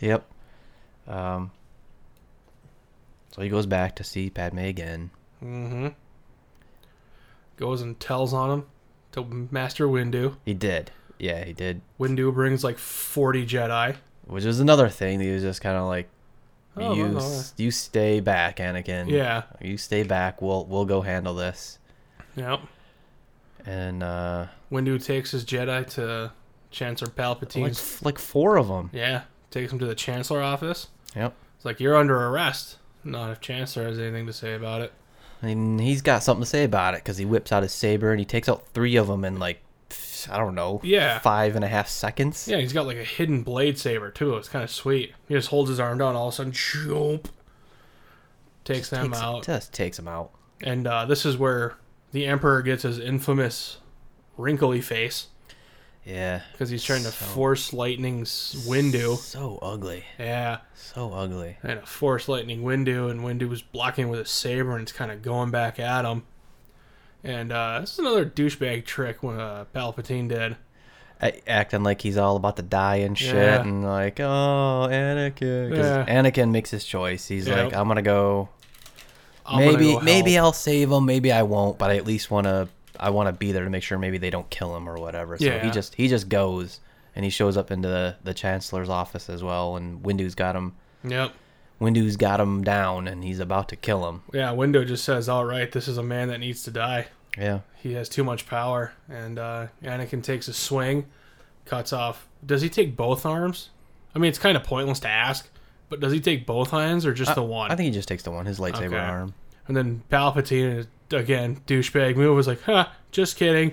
Speaker 1: Yep. Um. So he goes back to see Padme again.
Speaker 2: mm-hmm. Goes and tells on him to Master Windu.
Speaker 1: He did. Yeah, he did.
Speaker 2: Windu brings like 40 Jedi.
Speaker 1: Which is another thing. that He was just kind of like,
Speaker 2: Oh,
Speaker 1: you,
Speaker 2: no, no.
Speaker 1: s- you stay back, Anakin.
Speaker 2: Yeah.
Speaker 1: You stay back. We'll we'll go handle this.
Speaker 2: Yep.
Speaker 1: And uh,
Speaker 2: Windu takes his Jedi to Chancellor
Speaker 1: like
Speaker 2: Palpatine's.
Speaker 1: f- like four of them.
Speaker 2: yeah. Takes him to the Chancellor office.
Speaker 1: Yep.
Speaker 2: It's like, you're under arrest. Not if Chancellor has anything to say about it.
Speaker 1: And he's got something to say about it because he whips out his saber and he takes out three of them in like, pff, I don't know,
Speaker 2: Yeah.
Speaker 1: five and a half seconds.
Speaker 2: Yeah, he's got like a hidden blade saber too. It's kind of sweet. He just holds his arm down, all of a sudden, choop, takes them
Speaker 1: Takes-
Speaker 2: out.
Speaker 1: Just takes them out.
Speaker 2: and uh, this is where the Emperor gets his infamous wrinkly face
Speaker 1: Yeah.
Speaker 2: because he's trying to
Speaker 1: So-
Speaker 2: force lightning's Windu.
Speaker 1: So ugly.
Speaker 2: Yeah,
Speaker 1: So ugly.
Speaker 2: and a force lightning Windu, and Windu was blocking with a saber, and it's kind of going back at him. And uh, this is another douchebag trick when uh, Palpatine did.
Speaker 1: A- acting like he's all about to die and shit,
Speaker 2: Yeah.
Speaker 1: and like, oh, Anakin. 'Cause
Speaker 2: Yeah.
Speaker 1: Anakin makes his choice. He's
Speaker 2: Yep.
Speaker 1: like, I'm gonna go.
Speaker 2: I'm gonna
Speaker 1: maybe,
Speaker 2: go
Speaker 1: maybe
Speaker 2: help.
Speaker 1: I'll save him. Maybe I won't. But I at least wanna, I wanna be there to make sure maybe they don't kill him or whatever. So he
Speaker 2: Yeah.
Speaker 1: just, he just goes, and he shows up into the, the Chancellor's office as well, and Windu's got him.
Speaker 2: Yep.
Speaker 1: Windu's got him down, and he's about to kill him.
Speaker 2: Yeah, Windu just says, "All right, this is a man that needs to die."
Speaker 1: Yeah.
Speaker 2: he has too much power, and uh, Anakin takes a swing, cuts off. Does he take both arms? I mean, it's kind of pointless to ask, but does he take both hands or just the one?
Speaker 1: I think he just takes the one, his lightsaber
Speaker 2: Okay.
Speaker 1: arm.
Speaker 2: and then Palpatine again, douchebag move was like, "Huh, just kidding,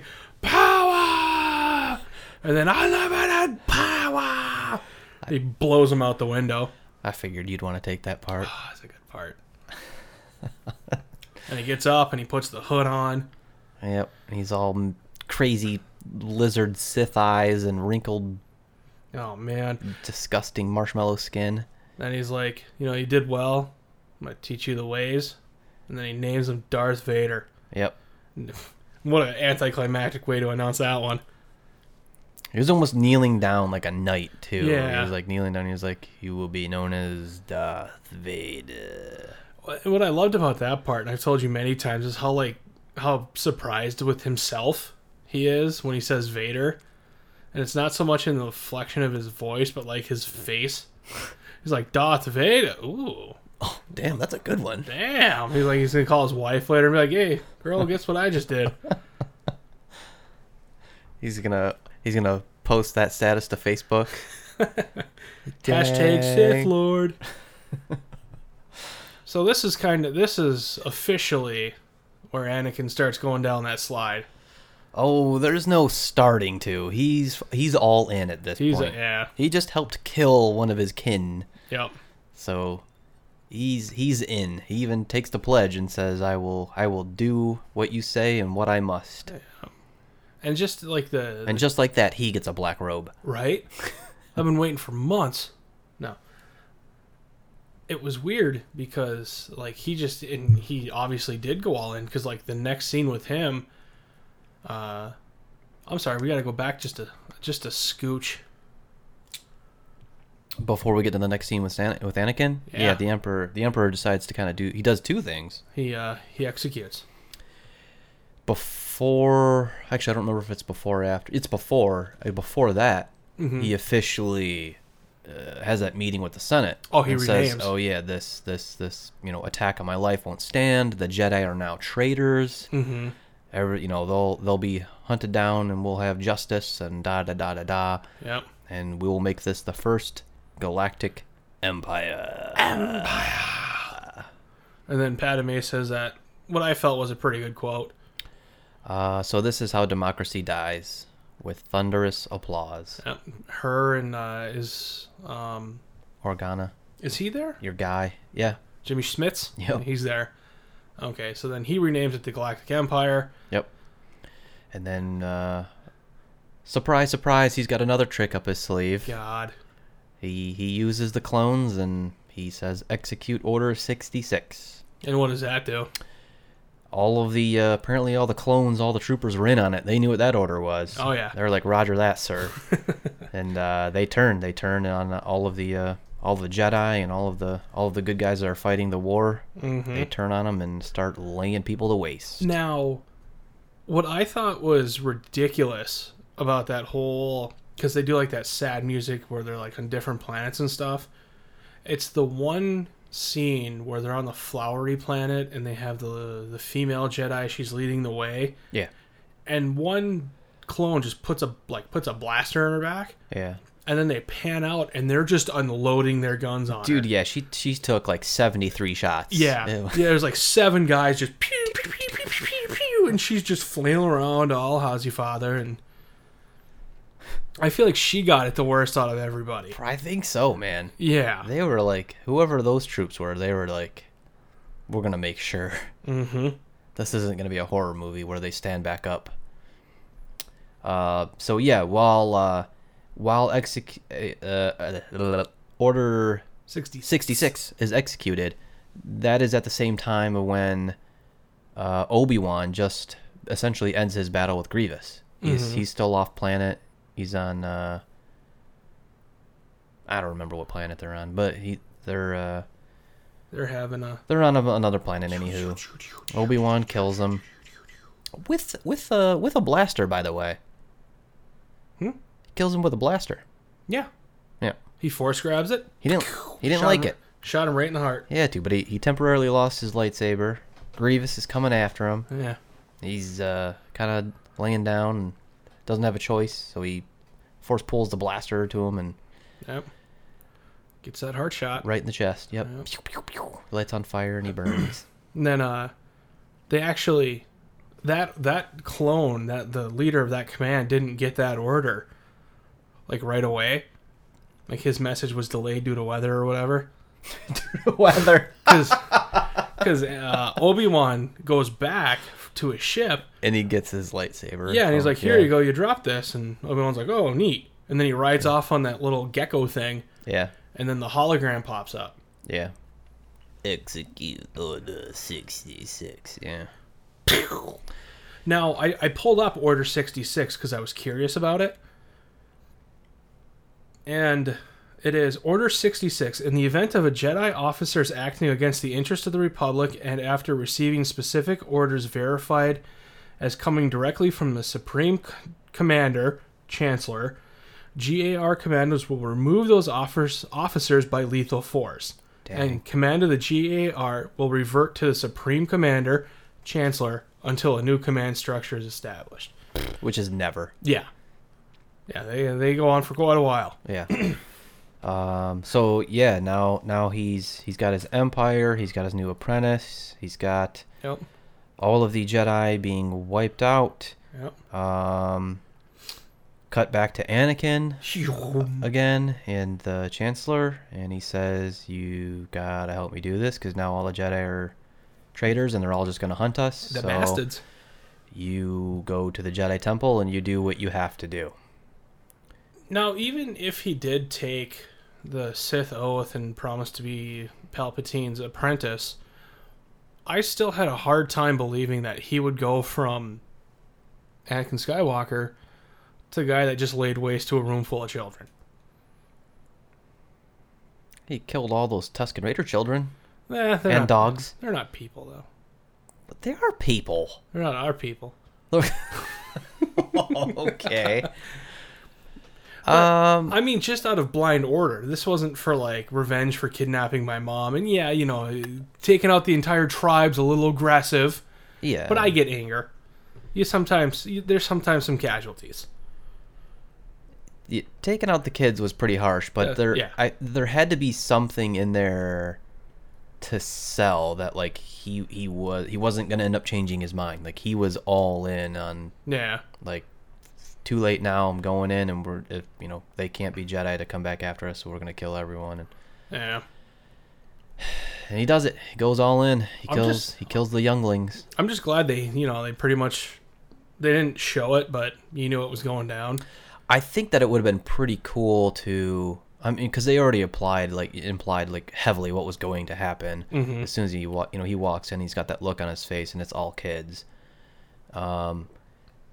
Speaker 2: power!" And then unlimited power. He blows him out the window.
Speaker 1: I figured you'd want to take that part.
Speaker 2: Ah, that's a good part. and he gets up and he puts the hood on.
Speaker 1: Yep, and he's all m- crazy lizard Sith eyes and wrinkled,
Speaker 2: Oh man.
Speaker 1: disgusting marshmallow skin.
Speaker 2: And he's like, you know, you did well. I'm gonna teach you the ways. And then he names him Darth Vader.
Speaker 1: Yep,
Speaker 2: What an anticlimactic way to announce that one.
Speaker 1: he was almost kneeling down like a knight too. he
Speaker 2: Yeah.
Speaker 1: was like kneeling down. He was like, "You will be known as Darth Vader."
Speaker 2: What what I loved about that part, and I've told you many times, is how like how surprised with himself he is when he says Vader. And it's not so much in the inflection of his voice, but like his face. He's like Darth Vader. Ooh,
Speaker 1: Oh, damn, that's a good one.
Speaker 2: damn. He's like he's gonna call his wife later and be like, "Hey, girl, guess what I just did."
Speaker 1: He's gonna he's gonna post that status to Facebook.
Speaker 2: Hashtag Sith
Speaker 1: Dang.
Speaker 2: Lord. so this is kind of this is officially where Anakin starts going down that slide.
Speaker 1: Oh, there's no starting to. He's he's all in at this
Speaker 2: He's a,
Speaker 1: point.
Speaker 2: yeah,
Speaker 1: He just helped kill one of his kin.
Speaker 2: yep,
Speaker 1: So he's he's in. He even takes the pledge and says, "I will I will do what you say and what I must."
Speaker 2: and just like the
Speaker 1: And just like that, he gets a black robe.
Speaker 2: right. I've been waiting for months. it was weird because like he just and he obviously did go all in because like the next scene with him uh i'm sorry we gotta go back just a just a scooch
Speaker 1: Before we get to the next scene with San- with Anakin, yeah.
Speaker 2: Yeah.
Speaker 1: the emperor the emperor decides to kind of do he does two things
Speaker 2: he uh he executes
Speaker 1: before. Actually, I don't remember if it's before or after. It's before. uh, Before that,
Speaker 2: Mhm.
Speaker 1: he officially uh, has that meeting with the Senate.
Speaker 2: Oh, he
Speaker 1: and
Speaker 2: renames.
Speaker 1: "Oh yeah, this this this you know attack on my life won't stand. The Jedi are now traitors.
Speaker 2: mm-hmm
Speaker 1: Every you know they'll they'll be hunted down, and we'll have justice and da da da da da,
Speaker 2: yep
Speaker 1: and we will make this the first galactic empire.
Speaker 2: and then padme says that what i felt was a pretty good quote
Speaker 1: Uh, so this is how democracy dies with thunderous applause.
Speaker 2: yep. her and uh is um
Speaker 1: Organa,
Speaker 2: is he there
Speaker 1: your guy. Yeah.
Speaker 2: jimmy schmitz
Speaker 1: Yep.
Speaker 2: he's there okay so then he renames it the galactic empire
Speaker 1: Yep. And then, uh, surprise, surprise, he's got another trick up his sleeve.
Speaker 2: god
Speaker 1: He he uses the clones and he says execute order 66.
Speaker 2: and what does that do
Speaker 1: All of the uh, apparently all the clones, all the troopers were in on it. They knew what that order was.
Speaker 2: Oh, yeah.
Speaker 1: They were like Roger that, sir. and uh, they turned. They turned on all of the uh, all the Jedi and all of the all of the good guys that are fighting the war.
Speaker 2: mm-hmm
Speaker 1: They turn on them and start laying people to waste.
Speaker 2: Now, what I thought was ridiculous about that whole because they do like that sad music where they're like on different planets and stuff. It's the one scene where they're on the flowery planet and they have the the female Jedi. She's leading the way,
Speaker 1: Yeah.
Speaker 2: and one clone just puts a like puts a blaster in her back,
Speaker 1: Yeah.
Speaker 2: and then they pan out and they're just unloading their guns on
Speaker 1: Dude,
Speaker 2: her.
Speaker 1: yeah, she she took like 73 shots.
Speaker 2: Yeah,
Speaker 1: Ew.
Speaker 2: yeah. There's like seven guys just pew, pew, pew, pew, pew, pew, pew, and she's just flailing around all how's your father and I feel like she got it the worst out of everybody.
Speaker 1: I think so, man.
Speaker 2: Yeah,
Speaker 1: They were like whoever those troops were, they were like we're going to make sure
Speaker 2: mm-hmm.
Speaker 1: this isn't going to be a horror movie where they stand back up. Uh so yeah, while uh while exec- uh, uh, order
Speaker 2: sixty.
Speaker 1: 66 is executed, that is at the same time when uh, Obi Wan just essentially ends his battle with Grievous. He's he's still off planet. He's on uh, I don't remember what planet they're on, but he they're uh,
Speaker 2: They're having a
Speaker 1: they're on a, another planet. Anywho, Obi Wan kills him with with a with a blaster. By the way,
Speaker 2: Hmm?
Speaker 1: kills him with a blaster.
Speaker 2: yeah.
Speaker 1: Yeah,
Speaker 2: He force grabs it.
Speaker 1: he didn't he didn't
Speaker 2: Shot
Speaker 1: like
Speaker 2: him-
Speaker 1: it.
Speaker 2: Shot him right in the heart.
Speaker 1: Yeah, dude, but he, he temporarily lost his lightsaber. Grievous is coming after him.
Speaker 2: Yeah.
Speaker 1: He's uh, kind of laying down and doesn't have a choice, so he force pulls the blaster to him and
Speaker 2: Yep. Gets that heart shot.
Speaker 1: right in the chest. Yep.
Speaker 2: Yep.
Speaker 1: Pew, pew, pew. Lights on fire and he burns.
Speaker 2: And then uh they actually that that clone, that the leader of that command didn't get that order like right away. Like his message was delayed due to weather or whatever.
Speaker 1: Weather.
Speaker 2: Cuz cuz uh, Obi-Wan goes back to his ship.
Speaker 1: And he gets his lightsaber.
Speaker 2: Yeah, and he's
Speaker 1: from-
Speaker 2: like, "Here
Speaker 1: Oh, yeah.
Speaker 2: you go, you dropped this." And Obi-Wan's like, "Oh, neat." And then he rides off on that little gecko thing,
Speaker 1: Yeah,
Speaker 2: and then the hologram pops up.
Speaker 1: yeah. Execute order 66. Yeah.
Speaker 2: Now, I, I pulled up Order 66 because I was curious about it. And it is Order 66 in the event of a Jedi officer's acting against the interest of the Republic and after receiving specific orders verified as coming directly from the Supreme C- Commander, Chancellor, GAR commandos will remove those offers, officers by lethal force.
Speaker 1: Dang.
Speaker 2: And command of the GAR will revert to the Supreme Commander, Chancellor, until a new command structure is established.
Speaker 1: Which is never.
Speaker 2: Yeah. Yeah, they, they go on for quite a while.
Speaker 1: Yeah. um. So yeah, now now he's he's got his empire. He's got his new apprentice. He's got
Speaker 2: Yep.
Speaker 1: all of the Jedi being wiped out.
Speaker 2: Yep.
Speaker 1: Um, cut back to Anakin again and the Chancellor, and he says, "You gotta help me do this because now all the Jedi are traitors, and they're all just gonna hunt us.
Speaker 2: The
Speaker 1: so
Speaker 2: bastards.
Speaker 1: you go to the Jedi Temple and you do what you have to do."
Speaker 2: Now, even if he did take the Sith oath and promised to be Palpatine's apprentice, I still had a hard time believing that he would go from Anakin Skywalker to the guy that just laid waste to a room full of children.
Speaker 1: He killed all those Tusken Raider children
Speaker 2: Eh, they're
Speaker 1: and
Speaker 2: not,
Speaker 1: dogs.
Speaker 2: They're not people though.
Speaker 1: But they are people.
Speaker 2: They're not our people.
Speaker 1: Look. okay. Um.
Speaker 2: I mean, just out of blind order. This wasn't for like revenge for kidnapping my mom, and yeah, you know, taking out the entire tribe's a little aggressive.
Speaker 1: Yeah.
Speaker 2: But I get anger. You sometimes you, there's sometimes some casualties.
Speaker 1: y- taking out the kids was pretty harsh, but
Speaker 2: Uh,
Speaker 1: there
Speaker 2: yeah.
Speaker 1: I, there had to be something in there to sell that like he he was he wasn't going to end up changing his mind. Like he was all in on
Speaker 2: Yeah,
Speaker 1: like too late now. I'm going in and we're if, you know, they can't be Jedi to come back after us, so we're going to kill everyone and
Speaker 2: yeah.
Speaker 1: and he does it. He goes all in. He
Speaker 2: I'm
Speaker 1: kills
Speaker 2: just-
Speaker 1: he kills the younglings.
Speaker 2: I'm just glad they, you know, they pretty much they didn't show it, but you knew it was going down.
Speaker 1: I think that it would have been pretty cool to. I mean, because they already applied, like implied, like heavily what was going to happen.
Speaker 2: Mm-hmm.
Speaker 1: As soon as he, wa- you know, he walks in, he's got that look on his face, and it's all kids. Um,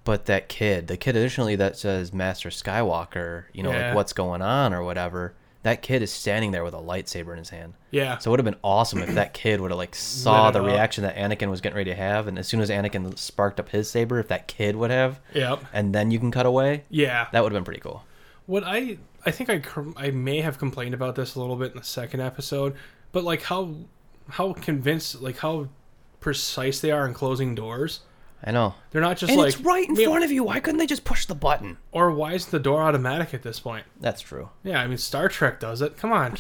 Speaker 1: but that kid, the kid additionally that says Master Skywalker, you know,
Speaker 2: Yeah.
Speaker 1: like what's going on or whatever. That kid is standing there with a lightsaber in his hand.
Speaker 2: Yeah,
Speaker 1: So it would have been awesome if that kid would have like saw
Speaker 2: it
Speaker 1: the
Speaker 2: up.
Speaker 1: reaction that Anakin was getting ready to have, and as soon as Anakin sparked up his saber, if that kid would have,
Speaker 2: yep,
Speaker 1: and then you can cut away.
Speaker 2: yeah.
Speaker 1: That would have been pretty cool.
Speaker 2: What I I think I cr- I may have complained about this a little bit in the second episode, but like how how convinced like how precise they are in closing doors.
Speaker 1: I know.
Speaker 2: They're not just
Speaker 1: And
Speaker 2: like
Speaker 1: it's right in
Speaker 2: "Man,
Speaker 1: front of you. Why couldn't they just push the button?
Speaker 2: Or why is the door automatic at this point?
Speaker 1: That's true.
Speaker 2: Yeah, I mean Star Trek does it. Come on.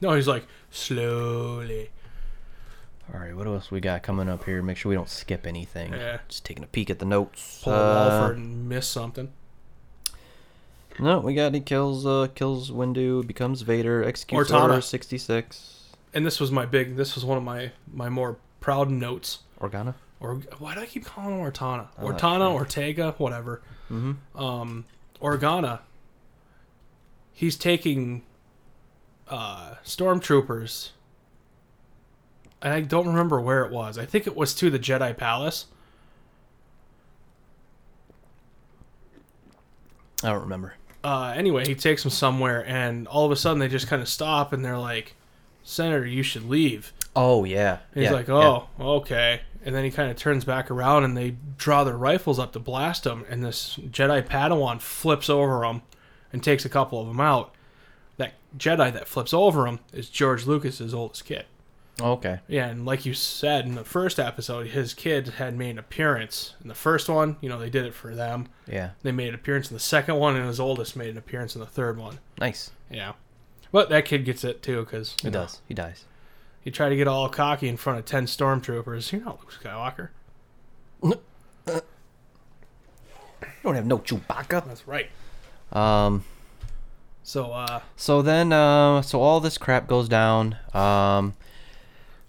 Speaker 2: No, he's like slowly.
Speaker 1: All right, what else we got coming up here? Make sure we don't skip anything.
Speaker 2: Yeah.
Speaker 1: Just taking a peek at the notes.
Speaker 2: Pull a Walford and miss something.
Speaker 1: Uh, no, we got he kills uh kills Windu, becomes Vader, executes
Speaker 2: Ortana.
Speaker 1: Order 66.
Speaker 2: And this was my big. This was one of my my more proud notes.
Speaker 1: Organa?
Speaker 2: Or why do I keep calling him Ortana? Ortana, Ortega, whatever. Mm-hmm. Um, Organa. He's taking uh, stormtroopers, and I don't remember where it was. I think it was to the Jedi Palace.
Speaker 1: I don't remember.
Speaker 2: uh, anyway, he takes them somewhere, and all of a sudden they just kind of stop and they're like, Senator, you should leave.
Speaker 1: Oh, yeah.
Speaker 2: And he's
Speaker 1: yeah,
Speaker 2: like,
Speaker 1: yeah.
Speaker 2: Oh, okay. And then he kind of turns back around and they draw their rifles up to blast him, and this Jedi Padawan flips over him and takes a couple of them out. That Jedi that flips over him is George Lucas's oldest kid.
Speaker 1: Okay.
Speaker 2: Yeah, and like you said in the first episode, his kid had made an appearance. In the first one, you know, they did it for them.
Speaker 1: Yeah.
Speaker 2: They made an appearance in the second one, and his oldest made an appearance in the third one.
Speaker 1: Nice.
Speaker 2: Yeah. But that kid gets it too because
Speaker 1: He does. He dies.
Speaker 2: He tried to get all cocky in front of 10 stormtroopers. You're not Luke Skywalker.
Speaker 1: You don't have no Chewbacca.
Speaker 2: That's right.
Speaker 1: Um
Speaker 2: So, uh,
Speaker 1: so then uh so all this crap goes down. Um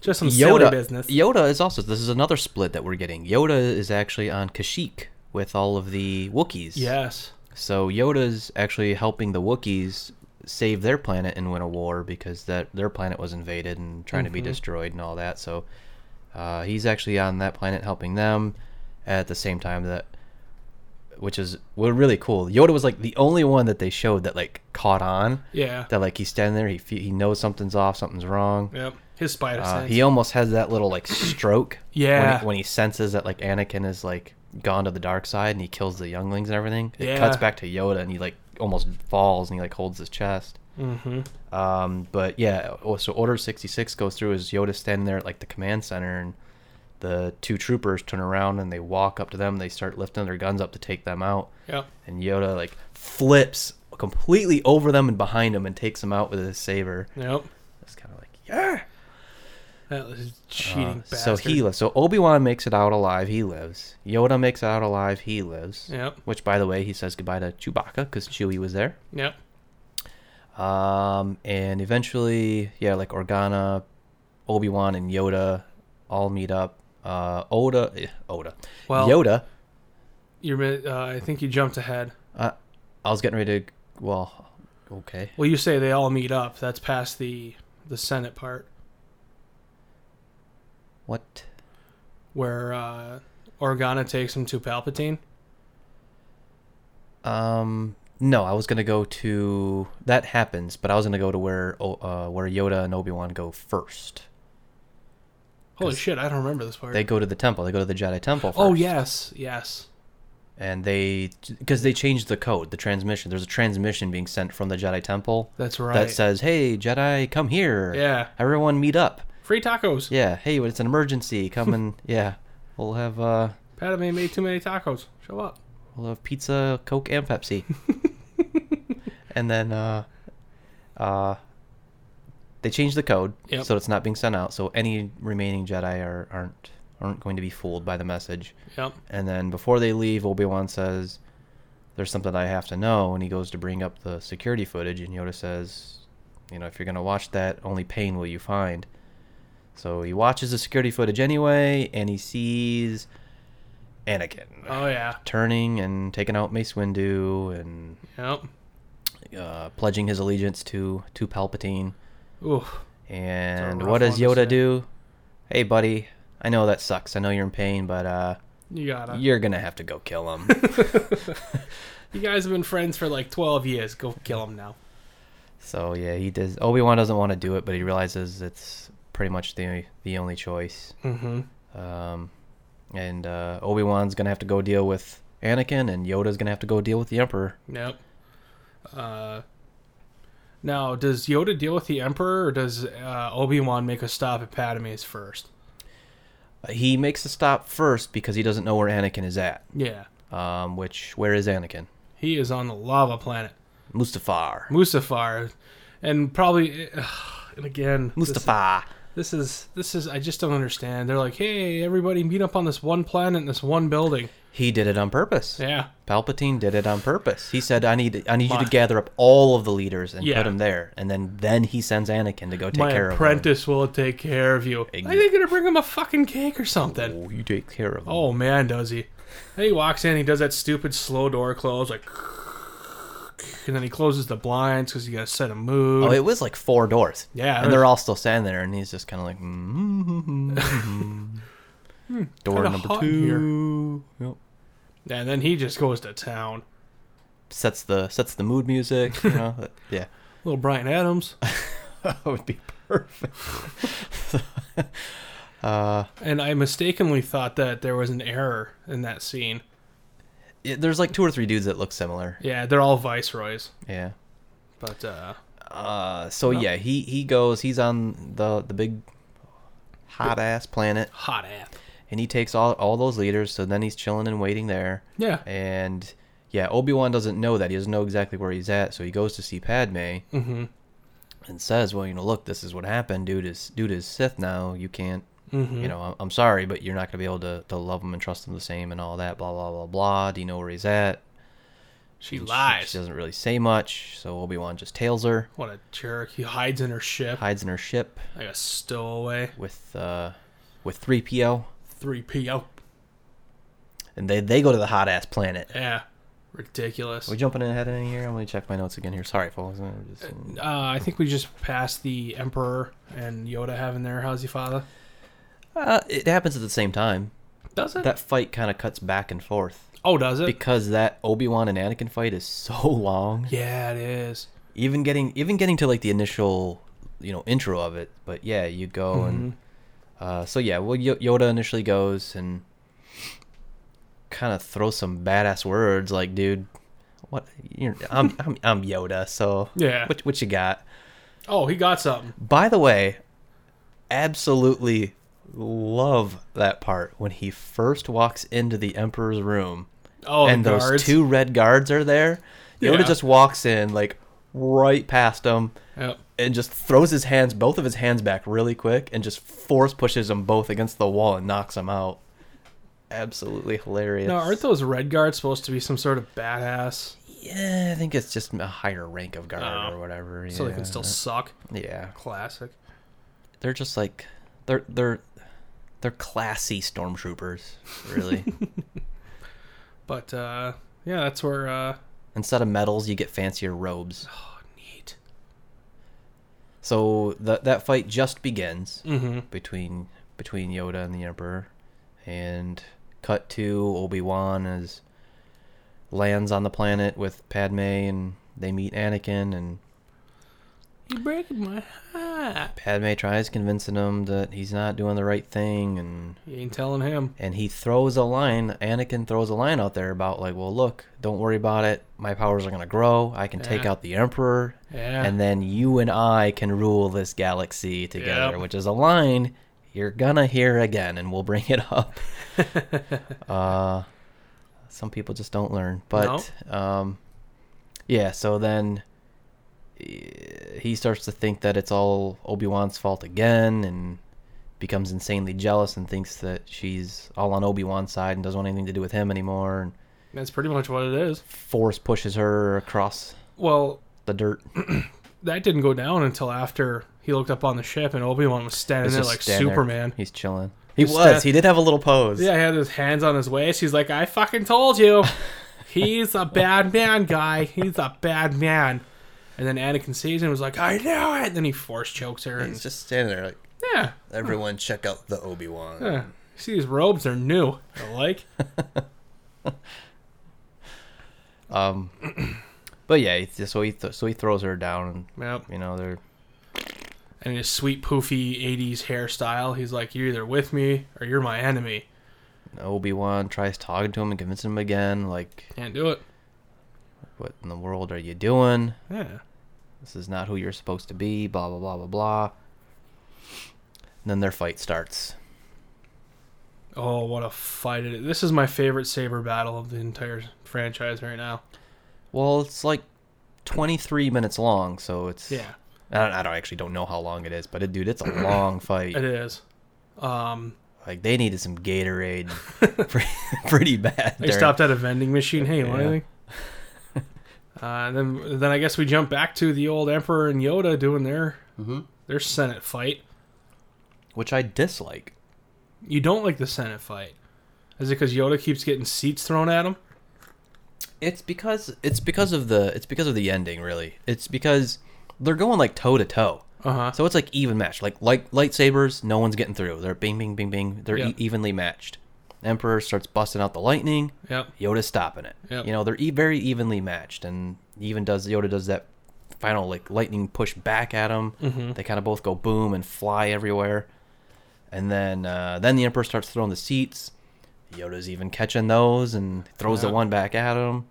Speaker 2: just some silly
Speaker 1: Yoda
Speaker 2: business.
Speaker 1: Yoda is also this is another split that we're getting. Yoda is actually on Kashyyyk with all of the Wookiees.
Speaker 2: Yes.
Speaker 1: So Yoda's actually helping the Wookiees save their planet and win a war because that their planet was invaded and trying to
Speaker 2: Mm-hmm.
Speaker 1: be destroyed and all that. So uh, he's actually on that planet helping them at the same time that which is well, really cool. Yoda was like the only one that they showed that like caught on.
Speaker 2: Yeah.
Speaker 1: That like he's standing there, he fe- he knows something's off, something's wrong.
Speaker 2: Yep. His spider
Speaker 1: Uh,
Speaker 2: sense.
Speaker 1: he almost has that little like stroke. When
Speaker 2: Yeah.
Speaker 1: he, when he senses that like Anakin is like gone to the dark side and he kills the younglings and everything, it
Speaker 2: Yeah.
Speaker 1: cuts back to Yoda and he like almost falls and he like holds his chest.
Speaker 2: mm-hmm.
Speaker 1: Um, but yeah, oh, so Order sixty six goes through as Yoda standing there at like the command center and the two troopers turn around and they walk up to them. They start lifting their guns up to take them out,
Speaker 2: Yep.
Speaker 1: and Yoda like flips completely over them and behind them and takes them out with his saber.
Speaker 2: Yep.
Speaker 1: It's kind of like yeah.
Speaker 2: That was a cheating
Speaker 1: Uh,
Speaker 2: bastard.
Speaker 1: so he lives. So Obi Wan makes it out alive. He lives. Yoda makes it out alive. He lives.
Speaker 2: Yep.
Speaker 1: Which, by the way, he says goodbye to Chewbacca because Chewie was there.
Speaker 2: Yep.
Speaker 1: Um, and eventually, yeah, like Organa, Obi Wan, and Yoda all meet up. Uh, Oda, eh, Oda,
Speaker 2: Well-
Speaker 1: Yoda.
Speaker 2: You're, mi- uh, I think you jumped ahead.
Speaker 1: Uh, I was getting ready to. Well, Okay.
Speaker 2: Well, you say they all meet up. That's past the the Senate part
Speaker 1: What?
Speaker 2: where uh, Organa takes him to Palpatine.
Speaker 1: Um. No, I was gonna go to that happens, but I was gonna go to where O- uh, where Yoda and Obi Wan go first.
Speaker 2: Holy
Speaker 1: 'Cause
Speaker 2: shit! I don't remember this part.
Speaker 1: They go to the temple. They go to the Jedi temple. First.
Speaker 2: oh yes, yes.
Speaker 1: And they because they changed the code, the transmission. There's a transmission being sent from the Jedi temple
Speaker 2: That's right.
Speaker 1: that says, "Hey, Jedi, come here.
Speaker 2: yeah.
Speaker 1: Everyone, meet up.
Speaker 2: Free tacos.
Speaker 1: Yeah. Hey, it's an emergency. Come and yeah, we'll have uh,
Speaker 2: Padme made too many tacos. Show up.
Speaker 1: we'll have pizza, Coke, and Pepsi. and then uh, uh, they changed the code,
Speaker 2: Yep.
Speaker 1: so it's not being sent out. So any remaining Jedi are aren't aren't going to be fooled by the message.
Speaker 2: Yep.
Speaker 1: And then before they leave, Obi Wan says, "There's something I have to know," and he goes to bring up the security footage, and Yoda says, "You know, if you're gonna watch that, only pain will you find." So he watches the security footage anyway, and he sees Anakin
Speaker 2: Oh yeah.
Speaker 1: turning and taking out Mace Windu and
Speaker 2: Yep.
Speaker 1: uh, pledging his allegiance to to Palpatine.
Speaker 2: Ooh.
Speaker 1: And
Speaker 2: rough
Speaker 1: what does
Speaker 2: one to say.
Speaker 1: Yoda do? Hey, buddy, I know that sucks. I know you're in pain, but uh,
Speaker 2: You gotta.
Speaker 1: you're gonna have to go kill him.
Speaker 2: You guys have been friends for like twelve years. Go kill him now.
Speaker 1: So yeah, he does. Obi Wan doesn't want to do it, but he realizes it's pretty much the the only choice.
Speaker 2: Mm-hmm.
Speaker 1: Um, and uh, Obi Wan's gonna have to go deal with Anakin, and Yoda's gonna have to go deal with the Emperor.
Speaker 2: Yep. Uh, now, does Yoda deal with the Emperor, or does uh, Obi Wan make a stop at Padme's first?
Speaker 1: Uh, He makes a stop first because he doesn't know where Anakin is at.
Speaker 2: Yeah,
Speaker 1: Um, which where is Anakin?
Speaker 2: he is on the lava planet
Speaker 1: Mustafar.
Speaker 2: Mustafar, and probably. uh, and again, this-
Speaker 1: Mustafar.
Speaker 2: This, is this is I just don't understand. They're like, hey, everybody, meet up on this one planet, in this one building.
Speaker 1: He did it on purpose.
Speaker 2: Yeah,
Speaker 1: Palpatine did it on purpose. He said, "I need, I need you
Speaker 2: My-
Speaker 1: to gather up all of the leaders and put 'em
Speaker 2: Yeah.
Speaker 1: put them there." And then, then he sends Anakin to go take
Speaker 2: my
Speaker 1: care
Speaker 2: apprentice will take care of you.
Speaker 1: Ex-
Speaker 2: I think gonna bring him a fucking cake or
Speaker 1: of
Speaker 2: something.
Speaker 1: him. Oh, you take care of him.
Speaker 2: Oh man, does he? Then he walks in, he does that stupid slow door close, like, and then he closes the blinds because you got to set a mood.
Speaker 1: Oh, it was like four doors.
Speaker 2: yeah,
Speaker 1: And they're all still standing there, and he's just kind of like, mm-hmm. door
Speaker 2: kinda
Speaker 1: number
Speaker 2: hot in
Speaker 1: two. Yep.
Speaker 2: and then he just goes to town.
Speaker 1: Sets the sets the mood music. You know? yeah,
Speaker 2: Little Brian Adams,
Speaker 1: that would be perfect. uh,
Speaker 2: and I mistakenly thought that there was an error in that scene.
Speaker 1: yeah, there's like two or three dudes that look similar.
Speaker 2: Yeah, they're all viceroys,
Speaker 1: Yeah.
Speaker 2: but uh,
Speaker 1: Uh, so yeah, he he goes. He's on the the big hot ass planet,
Speaker 2: hot ass.
Speaker 1: and he takes all all those leaders. So then he's chilling and waiting there.
Speaker 2: Yeah,
Speaker 1: And yeah, Obi Wan doesn't know that. He doesn't know exactly where he's at, so he goes to see Padme
Speaker 2: mm-hmm.
Speaker 1: and says, "Well, you know, look, this is what happened. Dude is dude is Sith now. You can't,
Speaker 2: Mm-hmm.
Speaker 1: you know, I'm, I'm sorry, but you're not gonna be able to to love him and trust him the same and all that. Blah blah blah blah. Do you know where he's at?
Speaker 2: she
Speaker 1: And
Speaker 2: lies.
Speaker 1: She doesn't really say much, so Obi Wan just tails her,
Speaker 2: what a jerk! He hides in her ship
Speaker 1: hides in her ship
Speaker 2: like a stowaway.
Speaker 1: with uh with three PO,
Speaker 2: Three PO.
Speaker 1: and they they go to the hot ass planet.
Speaker 2: Yeah, ridiculous.
Speaker 1: Are we jumping ahead in here? I'm gonna check my notes again here. Sorry, folks. I'm just-
Speaker 2: Uh, I think we just passed the Emperor and Yoda having their How's your father?
Speaker 1: Uh, it happens at the same time.
Speaker 2: Does it?
Speaker 1: That fight kind of cuts back and forth.
Speaker 2: oh, does it?
Speaker 1: because that Obi Wan and Anakin fight is so long.
Speaker 2: yeah, it is.
Speaker 1: Even getting even getting to like the initial you know intro of it, but yeah, you go
Speaker 2: Mm-hmm.
Speaker 1: and uh, so yeah. Well, Yo- Yoda initially goes and kind of throws some badass words like, "Dude, what? You're, I'm, I'm I'm Yoda, so
Speaker 2: Yeah.
Speaker 1: What what you got?"
Speaker 2: Oh, he got something.
Speaker 1: By the way, absolutely love that part when he first walks into the Emperor's room
Speaker 2: Oh,
Speaker 1: and
Speaker 2: the
Speaker 1: those
Speaker 2: guards.
Speaker 1: two red guards are there. Yoda
Speaker 2: Yeah.
Speaker 1: just walks in like right past them
Speaker 2: Yep.
Speaker 1: and just throws his hands, both of his hands back really quick, and just force pushes them both against the wall and knocks them out. Absolutely hilarious.
Speaker 2: Now, aren't those red guards supposed to be some sort of badass
Speaker 1: yeah, I think it's just a higher rank of guard
Speaker 2: Oh.
Speaker 1: or whatever.
Speaker 2: so they
Speaker 1: yeah.
Speaker 2: can still suck?
Speaker 1: Yeah,
Speaker 2: Classic.
Speaker 1: they're just like they're they're they're classy stormtroopers, really.
Speaker 2: But uh, oh, yeah, that's where uh,
Speaker 1: Instead of medals, you get fancier robes. So that that fight just begins
Speaker 2: Mm-hmm.
Speaker 1: between between Yoda and the Emperor, and cut to Obi Wan as lands on the planet with Padme, and they meet Anakin, and
Speaker 2: You breaking my heart.
Speaker 1: Padme tries convincing him that he's not doing the right thing, and
Speaker 2: You ain't telling him.
Speaker 1: and he throws a line. Anakin throws a line out there about like, well, look, don't worry about it. My powers are gonna grow. I can take
Speaker 2: Yeah.
Speaker 1: out the Emperor,
Speaker 2: Yeah.
Speaker 1: and then you and I can rule this galaxy together,
Speaker 2: Yep.
Speaker 1: which is a line you're gonna hear again, and we'll bring it up. uh, some people just don't learn, but um, yeah. So then eh, he starts to think that it's all Obi Wan's fault again, and becomes insanely jealous and thinks that she's all on Obi Wan's side and doesn't want anything to do with him anymore. And
Speaker 2: That's pretty much what it is.
Speaker 1: force pushes her across
Speaker 2: Well,
Speaker 1: the dirt.
Speaker 2: that didn't go down until after he looked up on the ship and Obi Wan was standing
Speaker 1: He's
Speaker 2: there
Speaker 1: just
Speaker 2: like
Speaker 1: standing there.
Speaker 2: Superman.
Speaker 1: He's chilling. He
Speaker 2: He's
Speaker 1: was.
Speaker 2: sta-
Speaker 1: he did have a little pose.
Speaker 2: Yeah, he had his hands on his waist. He's like, I fucking told you. He's a bad man, guy. He's a bad man. And then Anakin sees him and was like, I know it. then he force chokes her. And,
Speaker 3: He's just standing there like,
Speaker 2: yeah.
Speaker 3: everyone check out the Obi-Wan.
Speaker 2: yeah. See, his robes are new. I like.
Speaker 1: Um, but yeah, it's just- so he th- so he throws her down,
Speaker 2: Yep.
Speaker 1: and you know they're
Speaker 2: And his sweet, poofy 80s hairstyle. He's like, You're either with me or you're my enemy.
Speaker 1: Obi Wan tries talking to him and convincing him again, like,
Speaker 2: Can't do it.
Speaker 1: what in the world are you doing?
Speaker 2: Yeah.
Speaker 1: This is not who you're supposed to be. Blah blah blah blah blah. And then their fight starts.
Speaker 2: Oh, what a fight it is. This is my favorite saber battle of the entire franchise right now.
Speaker 1: Well, it's like 23 minutes long, so it's
Speaker 2: Yeah.
Speaker 1: I don't, I don't actually don't know how long it is, but it, dude, it's a long fight.
Speaker 2: It is. Um,
Speaker 1: Like they needed some Gatorade, pretty, pretty bad.
Speaker 2: They
Speaker 1: during-
Speaker 2: stopped at a vending machine. Hey, you want
Speaker 1: Yeah.
Speaker 2: anything? Uh, and then, then I guess we jump back to the old Emperor and Yoda doing their their Senate fight.
Speaker 1: which I dislike.
Speaker 2: You don't like the Senate fight, is it because Yoda keeps getting seats thrown at him?
Speaker 1: It's because it's because of the it's because of the ending, really. It's because they're going like toe to toe,
Speaker 2: Uh huh.
Speaker 1: so it's like even match. Like light lightsabers, no one's getting through. They're bing, bing, bing, bing. They're
Speaker 2: Yeah.
Speaker 1: e- evenly matched. Emperor starts busting out the lightning.
Speaker 2: Yep.
Speaker 1: Yoda's stopping it.
Speaker 2: Yep.
Speaker 1: You know they're e- very evenly matched, and even does Yoda does that final like lightning push back at him.
Speaker 2: Mhm.
Speaker 1: They kind of both go boom and fly everywhere, and then uh, then the Emperor starts throwing the seats. Yoda's even catching those and throws
Speaker 2: Yeah.
Speaker 1: the one back at him.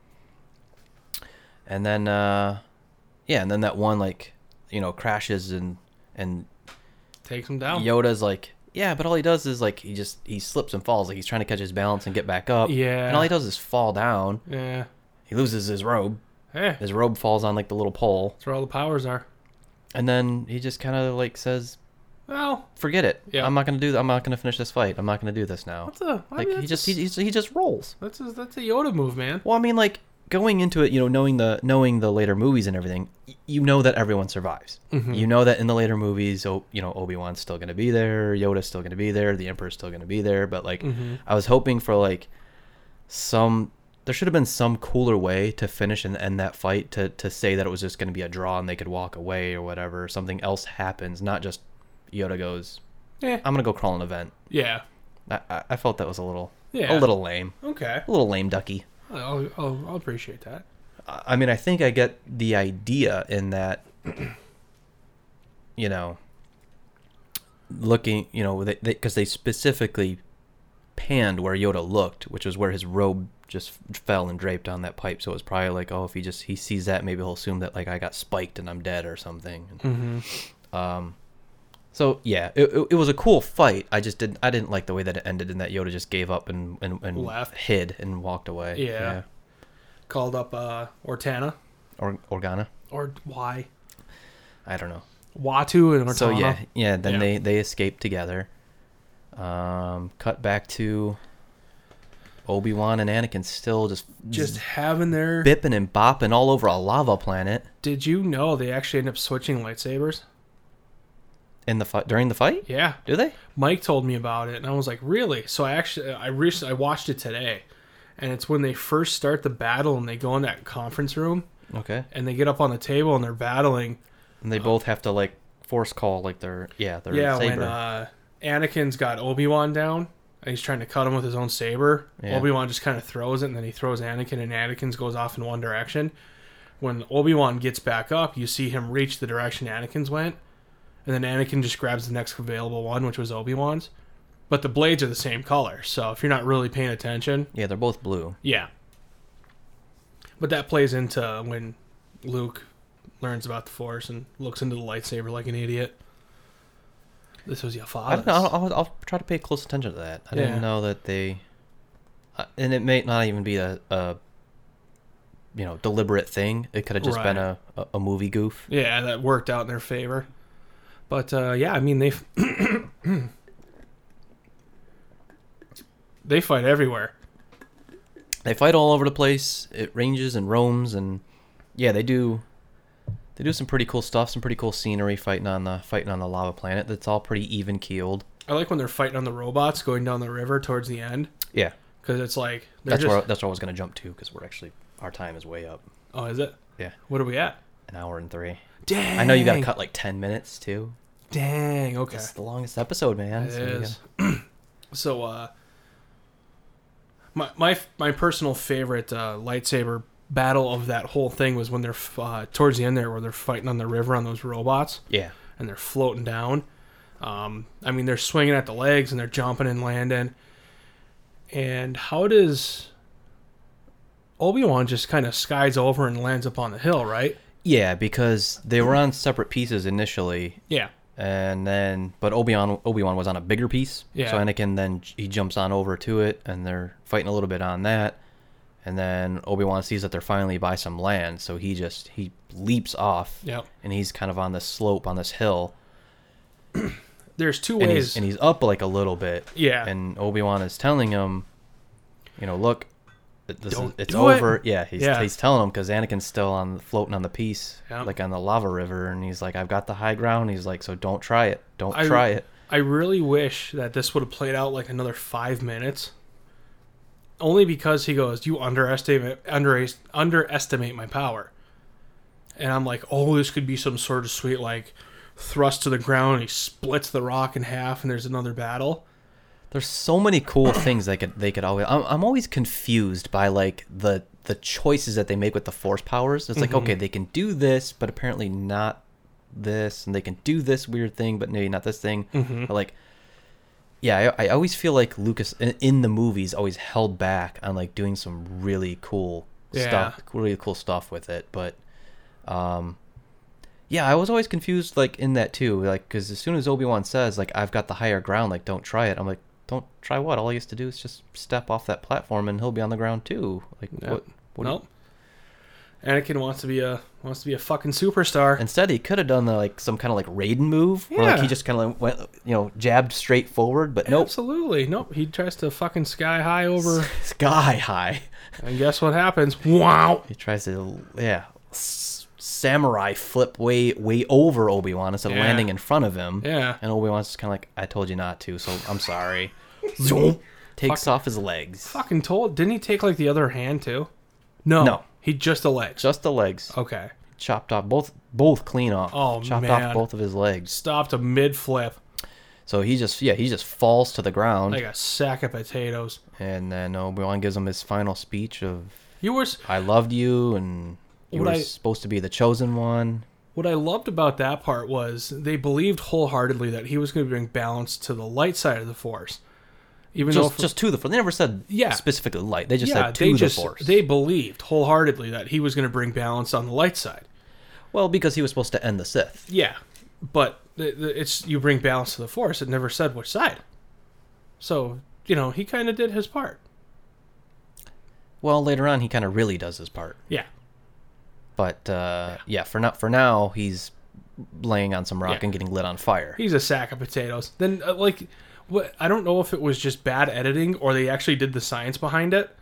Speaker 1: And then uh, yeah, and then that one like you know crashes and and
Speaker 2: Takes him down.
Speaker 1: Yoda's like, yeah, but all he does is like he just he slips and falls, like he's trying to catch his balance and get back up.
Speaker 2: Yeah.
Speaker 1: And all he does is fall down.
Speaker 2: Yeah.
Speaker 1: He loses his robe.
Speaker 2: Hey, that's
Speaker 1: His robe falls on like the little pole,
Speaker 2: where all the powers are.
Speaker 1: and then he just kind of like says,
Speaker 2: Well,
Speaker 1: "Forget it.
Speaker 2: Yeah.
Speaker 1: I'm not gonna do. I'm not gonna finish this fight. I'm not gonna do this now."
Speaker 2: that's a I
Speaker 1: Like
Speaker 2: mean,
Speaker 1: he
Speaker 2: that's
Speaker 1: just
Speaker 2: a,
Speaker 1: he, he he just rolls.
Speaker 2: that's a, that's a Yoda move, man.
Speaker 1: Well, I mean, like going into it, you know, knowing the knowing the later movies and everything, y- you know that everyone survives. You know that in the later movies, oh, you know, Obi Wan's still gonna be there, Yoda's still gonna be there, the Emperor's still gonna be there. But like,
Speaker 2: Mhm.
Speaker 1: I was hoping for like some. There should have been some cooler way to finish and end that fight to to say that it was just gonna be a draw and they could walk away or whatever. Something else happens, not just Yoda goes.
Speaker 2: Yeah.
Speaker 1: I'm gonna go crawl an event.
Speaker 2: Yeah.
Speaker 1: I, I- I felt that was a little, a
Speaker 2: Yeah.
Speaker 1: little lame,
Speaker 2: Okay.
Speaker 1: a little lame ducky.
Speaker 2: I'll, I'll, I'll appreciate that.
Speaker 1: I mean, I think I get the idea in that, you know, looking, you know, because they, because they specifically panned where Yoda looked, which was where his robe just fell and draped on that pipe. So it was probably like, oh, if he just he sees that, maybe he'll assume that like I got spiked and I'm dead or something.
Speaker 2: Mm-hmm.
Speaker 1: So yeah, it, it, it was a cool fight. I just didn't I didn't like the way that it ended and that Yoda just gave up and and, and
Speaker 2: Left.
Speaker 1: hid and walked away.
Speaker 2: Yeah. Called up uh, Ortana
Speaker 1: Or, Organa.
Speaker 2: or why
Speaker 1: I don't know.
Speaker 2: Watu and Ortana.
Speaker 1: So yeah, yeah. Then
Speaker 2: Yeah.
Speaker 1: they they escape together. Um, cut back to Obi Wan and Anakin still just
Speaker 2: just having their.
Speaker 1: bipping and bopping all over a lava planet
Speaker 2: Did you know they actually end up switching lightsabers?
Speaker 1: in the fi- during the fight.
Speaker 2: Yeah,
Speaker 1: Do they?
Speaker 2: Mike told me about it, and I was like, really? So I actually, I recently, I watched it today, and it's when they first start the battle and they go in that conference room
Speaker 1: Okay.
Speaker 2: and they get up on the table and they're battling.
Speaker 1: And they both have to like force call, like their yeah their
Speaker 2: yeah,
Speaker 1: saber.
Speaker 2: when uh, Anakin's got Obi Wan down and he's trying to cut him with his own saber,
Speaker 1: Yeah.
Speaker 2: Obi Wan just kind of throws it, and then he throws Anakin, and Anakin's goes off in one direction. When Obi Wan gets back up, you see him reach the direction Anakin's went, and then Anakin just grabs the next available one, which was Obi Wan's. But the blades are the same color, so if you're not really paying attention,
Speaker 1: yeah, they're both blue.
Speaker 2: yeah. But that plays into uh, when Luke learns about the Force and looks into the lightsaber like an idiot. This was your
Speaker 1: I
Speaker 2: father.
Speaker 1: don't know. I'll, I'll, I'll try to pay close attention to that. I
Speaker 2: Yeah.
Speaker 1: didn't know that they, uh, and it may not even be a, a you know, deliberate thing. It could have just been
Speaker 2: Right.
Speaker 1: a, a, a movie goof.
Speaker 2: Yeah, that worked out in their favor. But uh, yeah, I mean they they fight everywhere.
Speaker 1: They fight all over the place. It ranges and roams, and yeah, they do. They do some pretty cool stuff. Some pretty cool scenery fighting on the fighting on the lava planet. That's all pretty even keeled.
Speaker 2: I like when they're fighting on the robots going down the river towards the end
Speaker 1: Yeah,
Speaker 2: because it's like they're
Speaker 1: that's
Speaker 2: just
Speaker 1: where that's where I was gonna jump to because we're actually our time is way up.
Speaker 2: oh is it
Speaker 1: Yeah,
Speaker 2: what are we at?
Speaker 1: an hour and three.
Speaker 2: Dang,
Speaker 1: I know you got to cut like ten minutes too.
Speaker 2: Dang, okay.
Speaker 1: It's the longest episode, man.
Speaker 2: It
Speaker 1: So we
Speaker 2: is. so, uh, my my my personal favorite uh, lightsaber battle of that whole thing was when they're f- uh, towards the end there, where they're fighting on the river on those robots
Speaker 1: gotta- yeah.
Speaker 2: and they're floating down. Um, I mean, they're swinging at the legs and they're jumping and landing. And how does Obi Wan just kind of skies over and lands up on the hill, right?
Speaker 1: Yeah, because they were on separate pieces initially,
Speaker 2: Yeah,
Speaker 1: and then but Obi Wan Obi Wan was on a bigger piece.
Speaker 2: Yeah.
Speaker 1: So Anakin then j- he jumps on over to it, and they're fighting a little bit on that, and then Obi Wan sees that they're finally by some land, so he just he leaps off.
Speaker 2: Yep.
Speaker 1: And he's kind of on this slope on this hill,
Speaker 2: there's two
Speaker 1: and
Speaker 2: ways.
Speaker 1: he's and he's up like a little bit.
Speaker 2: Yeah.
Speaker 1: And Obi Wan is telling him, you know, look, th- this is,
Speaker 2: Don't
Speaker 1: it's
Speaker 2: do it.
Speaker 1: over. Yeah, he's
Speaker 2: Yeah.
Speaker 1: he's telling him because Anakin's still on floating on the piece,
Speaker 2: Yeah.
Speaker 1: like on the lava river, and he's like, I've got the high ground. He's like, so don't try it. Don't
Speaker 2: I-
Speaker 1: try it.
Speaker 2: I really wish that this would have played out like another five minutes. Only because he goes, You underestimate under, underestimate my power. And I'm like, Oh, this could be some sort of sweet like thrust to the ground and he splits the rock in half and there's another battle.
Speaker 1: There's so many cool things they could they could always. I'm, I'm always confused by like the the choices that they make with the force powers. It's like okay, they can do this, but apparently not this, and they can do this weird thing, but maybe not this thing. But like, yeah, I, I always feel like Lucas in, in the movies always held back on like doing some really cool stuff, really cool stuff with it, but. Um, yeah, I was always confused, like in that too, like because as soon as Obi Wan says, like I've got the higher ground, like don't try it. I'm like, don't try what? All he has to do is just step off that platform, and he'll be on the ground too. Like
Speaker 2: Yeah.
Speaker 1: what? what do you-
Speaker 2: nope. Anakin wants to be a wants to be a fucking superstar.
Speaker 1: Instead, he could have done the, like some kind of like Raiden move, where like
Speaker 2: Yeah.
Speaker 1: he just kind of went, you know, jabbed straight forward, but nope,
Speaker 2: Absolutely. Nope. He tries to fucking sky high over
Speaker 1: sky high.
Speaker 2: and guess what happens? Wow.
Speaker 1: He tries to, yeah, s- samurai flip way way over Obi Wan instead of
Speaker 2: Yeah.
Speaker 1: landing in front of him.
Speaker 2: Yeah.
Speaker 1: And Obi Wan's just kind of like, I told you not to, so I'm sorry. Zoom. Takes off his legs.
Speaker 2: fucking told. Didn't he take like the other hand too? No,
Speaker 1: No.
Speaker 2: He just the legs.
Speaker 1: Just the legs.
Speaker 2: Okay,
Speaker 1: Chopped off both, both clean off.
Speaker 2: Oh,
Speaker 1: Chopped
Speaker 2: man.
Speaker 1: off both of his legs.
Speaker 2: stopped a mid flip
Speaker 1: So he just, yeah, he just falls to the ground.
Speaker 2: like a sack of potatoes.
Speaker 1: And then Obi Wan gives him his final speech of,
Speaker 2: You were s-
Speaker 1: I loved you and you
Speaker 2: What
Speaker 1: were
Speaker 2: I-
Speaker 1: supposed to be the chosen one.
Speaker 2: what I loved about that part was they believed wholeheartedly that he was going to bring balance to the light side of the force, even though
Speaker 1: Just,
Speaker 2: for-
Speaker 1: just to the force. They never said
Speaker 2: Yeah.
Speaker 1: specifically light. They just
Speaker 2: yeah
Speaker 1: said to
Speaker 2: they
Speaker 1: the
Speaker 2: just
Speaker 1: force.
Speaker 2: they believed wholeheartedly that he was going to bring balance on the light side.
Speaker 1: Well, because he was supposed to end the Sith.
Speaker 2: Yeah, but the- the- it's you bring balance to the force. It never said which side. So you know he kind of did his part.
Speaker 1: Well, later on, he kind of really does his part.
Speaker 2: Yeah.
Speaker 1: But uh, yeah. for now, for now, he's laying on some rock
Speaker 2: Yeah.
Speaker 1: and getting lit on fire.
Speaker 2: He's a sack of potatoes. Then, uh, like, what? I don't know if it was just bad editing or they actually did the science behind it.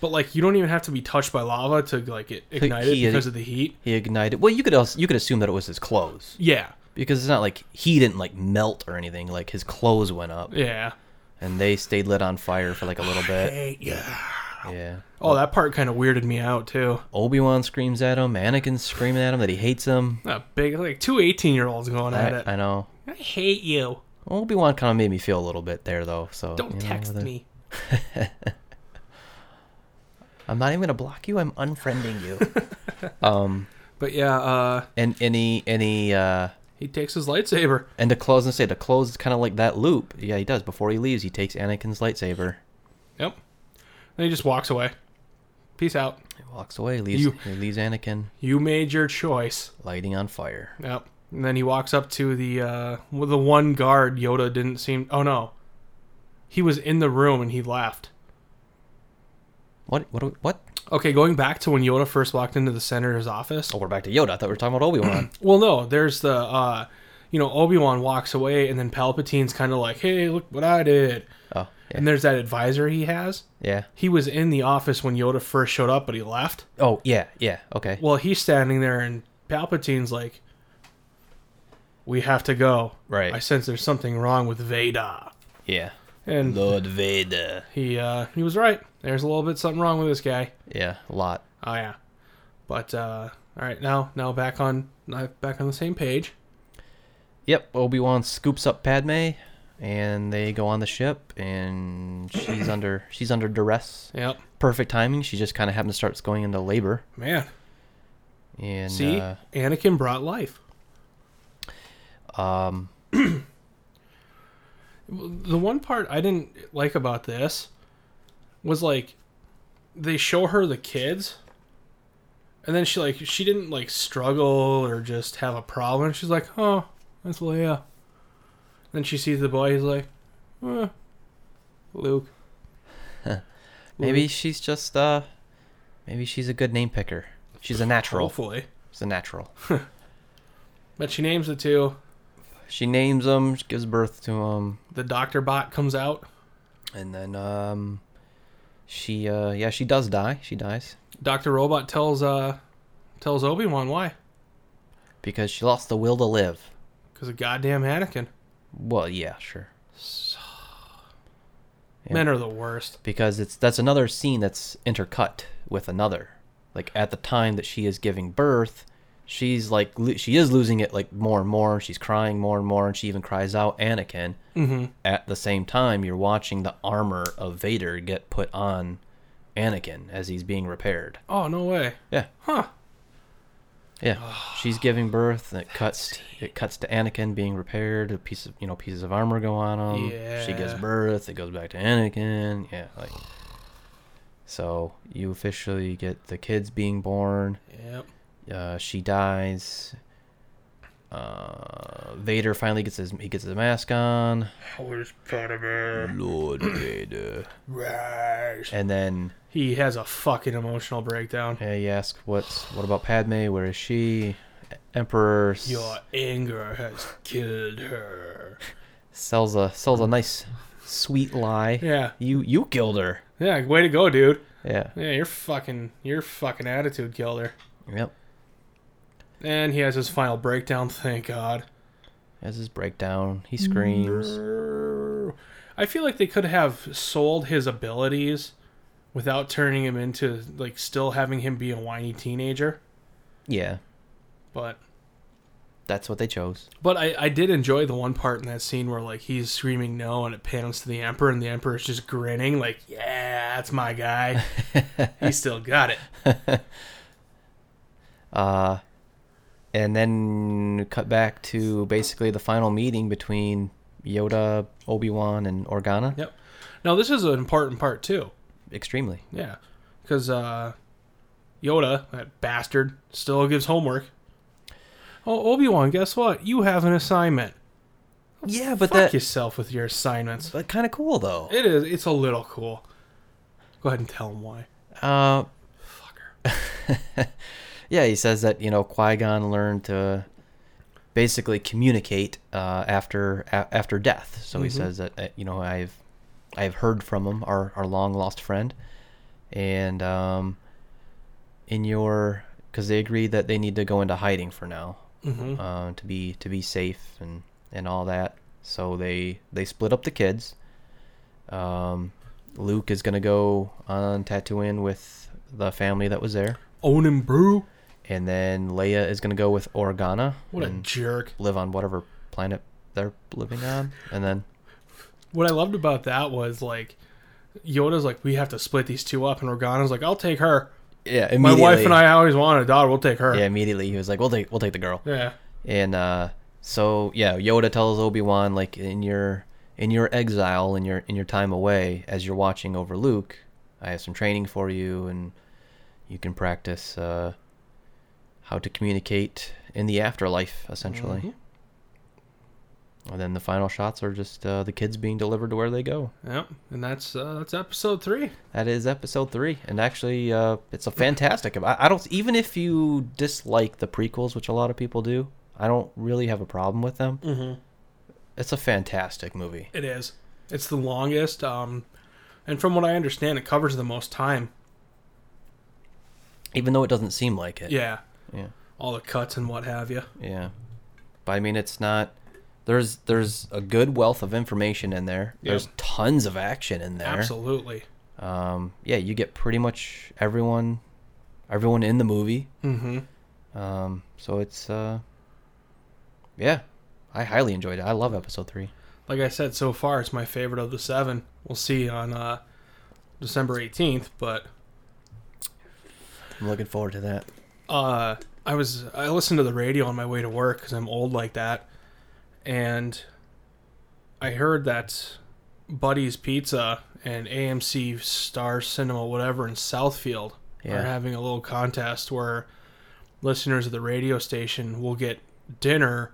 Speaker 2: But like, you don't even have to be touched by lava to like get ignited
Speaker 1: he-
Speaker 2: because of the heat.
Speaker 1: He ignited. Well, you could also, you could assume that it was his clothes
Speaker 2: Yeah,
Speaker 1: because it's not like he didn't like melt or anything. Like his clothes went up
Speaker 2: yeah.
Speaker 1: and they stayed lit on fire for like a little bit.
Speaker 2: Hey, yeah. now.
Speaker 1: Yeah.
Speaker 2: Oh, that part kind of weirded me out too.
Speaker 1: Obi Wan screams at him. Anakin's screaming at him that he hates him.
Speaker 2: A big like two 18 year olds going at
Speaker 1: I,
Speaker 2: it.
Speaker 1: I know.
Speaker 2: I hate you.
Speaker 1: Obi Wan kind of made me feel a little bit there though. So
Speaker 2: Don't
Speaker 1: you know,
Speaker 2: text
Speaker 1: the-
Speaker 2: me.
Speaker 1: I'm not even gonna block you. I'm unfriending you. um,
Speaker 2: But yeah, uh,
Speaker 1: and any any uh,
Speaker 2: he takes his lightsaber.
Speaker 1: and to close and say to close is kind of like that loop. Yeah, he does. Before he leaves, he takes Anakin's lightsaber.
Speaker 2: Yep. And he just walks away. Peace out.
Speaker 1: He walks away. Leaves
Speaker 2: You-
Speaker 1: he leaves Anakin
Speaker 2: You made your choice.
Speaker 1: lighting on fire.
Speaker 2: Yep. And then he walks up to the uh, well, the one guard Yoda didn't seem. Oh no, he was in the room and he left.
Speaker 1: What what do- what?
Speaker 2: Okay, going back to when Yoda first walked into the senator's office.
Speaker 1: Oh, we're back to Yoda. I thought we were talking about Obi Wan.
Speaker 2: Well, no, there's the, uh, you know, Obi Wan walks away, and then Palpatine's kind of like, "Hey, look what I did."
Speaker 1: oh yeah,
Speaker 2: And there's that advisor he has.
Speaker 1: yeah.
Speaker 2: He was in the office when Yoda first showed up, but he left.
Speaker 1: Oh yeah yeah okay.
Speaker 2: Well, he's standing there, and Palpatine's like, "We have to go."
Speaker 1: Right.
Speaker 2: I sense there's something wrong with Vader.
Speaker 1: Yeah.
Speaker 2: And
Speaker 1: Lord Vader.
Speaker 2: he uh, he was right. There's a little bit something wrong with this guy.
Speaker 1: Yeah, a lot.
Speaker 2: Oh yeah. But uh, all right, now now back on now back on the same page.
Speaker 1: Yep, Obi Wan scoops up Padme, and they go on the ship, and she's under she's under duress.
Speaker 2: Yep.
Speaker 1: Perfect timing. She just kind of happens to start going into labor,
Speaker 2: Man,
Speaker 1: and
Speaker 2: see,
Speaker 1: uh,
Speaker 2: Anakin brought life.
Speaker 1: um,
Speaker 2: The one part I didn't like about this was like they show her the kids and then she like she didn't like struggle or just have a problem. She's like, "Oh, that's Leia." Then she sees the boy, he's like, eh, "Luke."
Speaker 1: maybe she's just uh, maybe she's a good name picker. She's a natural.
Speaker 2: Hopefully.
Speaker 1: She's a natural.
Speaker 2: But she names the two.
Speaker 1: She names them, she gives birth to them,
Speaker 2: The doctor bot comes out.
Speaker 1: and then um, she uh, yeah, she does die. She dies
Speaker 2: Dr. Robot tells uh tells Obi-Wan why.
Speaker 1: because she lost the will to live.
Speaker 2: Cuz of goddamn Anakin.
Speaker 1: Well, yeah, sure. Yeah.
Speaker 2: Men are the worst.
Speaker 1: because it's that's another scene that's intercut with another. Like at the time that she is giving birth, she's like lo- she is losing it like more and more. She's crying more and more, and she even cries out Anakin.
Speaker 2: Mhm.
Speaker 1: At the same time, you're watching the armor of Vader get put on Anakin as he's being repaired.
Speaker 2: Oh, no way.
Speaker 1: Yeah,
Speaker 2: Huh.
Speaker 1: yeah. She's giving birth, and it cuts it cuts to Anakin being repaired. A piece of you know pieces of armor go on him. She gives
Speaker 2: Yeah.
Speaker 1: birth. It goes back to Anakin. Yeah, like so you officially get the kids being born.
Speaker 2: Yep.
Speaker 1: Uh, she dies. Uh, Vader finally gets his he gets his mask on.
Speaker 2: Where's Fatima?
Speaker 1: Lord Vader.
Speaker 2: Rise.
Speaker 1: And then
Speaker 2: He has a fucking emotional breakdown.
Speaker 1: uh, you ask what's what about Padme? Where is she? Emperor s-
Speaker 2: Your anger has killed her.
Speaker 1: sells a sells a nice sweet lie.
Speaker 2: Yeah.
Speaker 1: You you killed her.
Speaker 2: Yeah, way to go, dude.
Speaker 1: Yeah.
Speaker 2: Yeah, your fucking your fucking attitude killed her.
Speaker 1: Yep.
Speaker 2: And he has his final breakdown, thank God.
Speaker 1: As his breakdown, he
Speaker 2: Mm.
Speaker 1: screams.
Speaker 2: I feel like they could have sold his abilities without turning him into like still having him be a whiny teenager.
Speaker 1: Yeah.
Speaker 2: But
Speaker 1: That's what they chose.
Speaker 2: But I, I did enjoy the one part in that scene where like he's screaming no and it pans to the emperor and the emperor's just grinning like yeah that's my guy he still got it
Speaker 1: Uh and then cut back to basically the final meeting between Yoda, Obi-Wan and Organa.
Speaker 2: yep now this is an important part too
Speaker 1: Extremely.
Speaker 2: yeah because uh, Yoda that bastard still gives homework oh Obi Wan guess what you have an assignment
Speaker 1: Yeah, but
Speaker 2: Oh, fuck yourself with your assignments
Speaker 1: but kind of cool though.
Speaker 2: it is it's a little cool go ahead and tell him why
Speaker 1: Uh
Speaker 2: fucker
Speaker 1: yeah, he says that you know Qui Gon learned to basically communicate uh, after a- after death. So he says that uh, you know I've I've heard from him, our our long lost friend, and um, in your because they agree that they need to go into hiding for now
Speaker 2: Mhm.
Speaker 1: uh, to be to be safe and and all that. So they they split up the kids. Um, Luke is gonna go on Tatooine with the family that was there,
Speaker 2: Onan Brew.
Speaker 1: and then Leia is gonna go with Organa
Speaker 2: What a
Speaker 1: and
Speaker 2: jerk.
Speaker 1: live on whatever planet they're living on, and then
Speaker 2: What I loved about that was like Yoda's like, we have to split these two up, and Organa's like, I'll take her.
Speaker 1: yeah,
Speaker 2: My wife and I always wanted a daughter. We'll take her.
Speaker 1: Yeah,
Speaker 2: Yeah.
Speaker 1: immediately he was like, "We'll take, we'll take the girl." And uh, so yeah, Yoda tells Obi Wan like in your in your exile, in your in your time away, as you're watching over Luke, I have some training for you, and you can practice uh, how to communicate in the afterlife, essentially. And then the final shots are just uh, the kids being delivered to where they go.
Speaker 2: Yep. And that's uh, that's episode three.
Speaker 1: That is episode three, and actually, uh, it's a fantastic. I, I don't even if you dislike the prequels, which a lot of people do. I don't really have a problem with them.
Speaker 2: Mm-hmm.
Speaker 1: It's a fantastic movie.
Speaker 2: It is. It's the longest. Um, and from what I understand, it covers the most time.
Speaker 1: even though it doesn't seem like it.
Speaker 2: Yeah.
Speaker 1: Yeah.
Speaker 2: All the cuts and what have you.
Speaker 1: Yeah. But I mean, it's not. There's there's a good wealth of information in there.
Speaker 2: Yep.
Speaker 1: There's tons of action in there.
Speaker 2: Absolutely.
Speaker 1: Um, yeah, you get pretty much everyone, everyone in the movie.
Speaker 2: Mm-hmm.
Speaker 1: Um, so it's uh, yeah, I highly enjoyed it. I love episode three.
Speaker 2: Like I said, so far it's my favorite of the seven. We'll see on uh, December eighteenth, but
Speaker 1: I'm looking forward to that.
Speaker 2: uh, I was I listened to the radio on my way to work because I'm old like that, and I heard that Buddy's Pizza and AMC Star Cinema, whatever in Southfield, are
Speaker 1: Yeah.
Speaker 2: having a little contest where listeners of the radio station will get dinner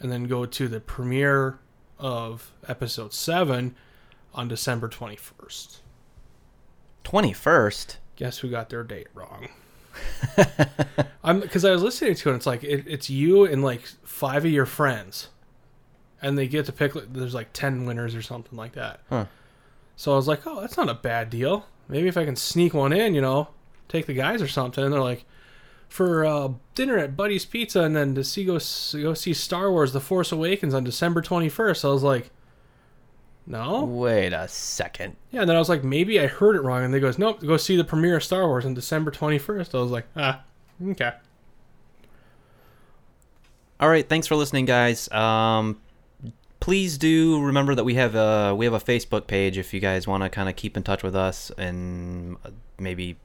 Speaker 2: and then go to the premiere of episode seven on December twenty first.
Speaker 1: Twenty first.
Speaker 2: Guess who got their date wrong? I'm because I was listening to it. It's like it, it's you and like five of your friends, and they get to pick. like, There's like ten winners or something like that.
Speaker 1: Huh.
Speaker 2: So I was like, oh, that's not a bad deal. Maybe if I can sneak one in, you know, take the guys or something. And they're like, for uh, dinner at Buddy's Pizza, and then to see go s- go see Star Wars: The Force Awakens on December 21st. I was like, no.
Speaker 1: Wait a second.
Speaker 2: Yeah, and then I was like, maybe I heard it wrong. And they goes, nope, go see the premiere of Star Wars on December 21st. I was like, ah, okay.
Speaker 1: All right, thanks for listening, guys. Um, please do remember that we have a we have a Facebook page if you guys want to kind of keep in touch with us and uh, maybe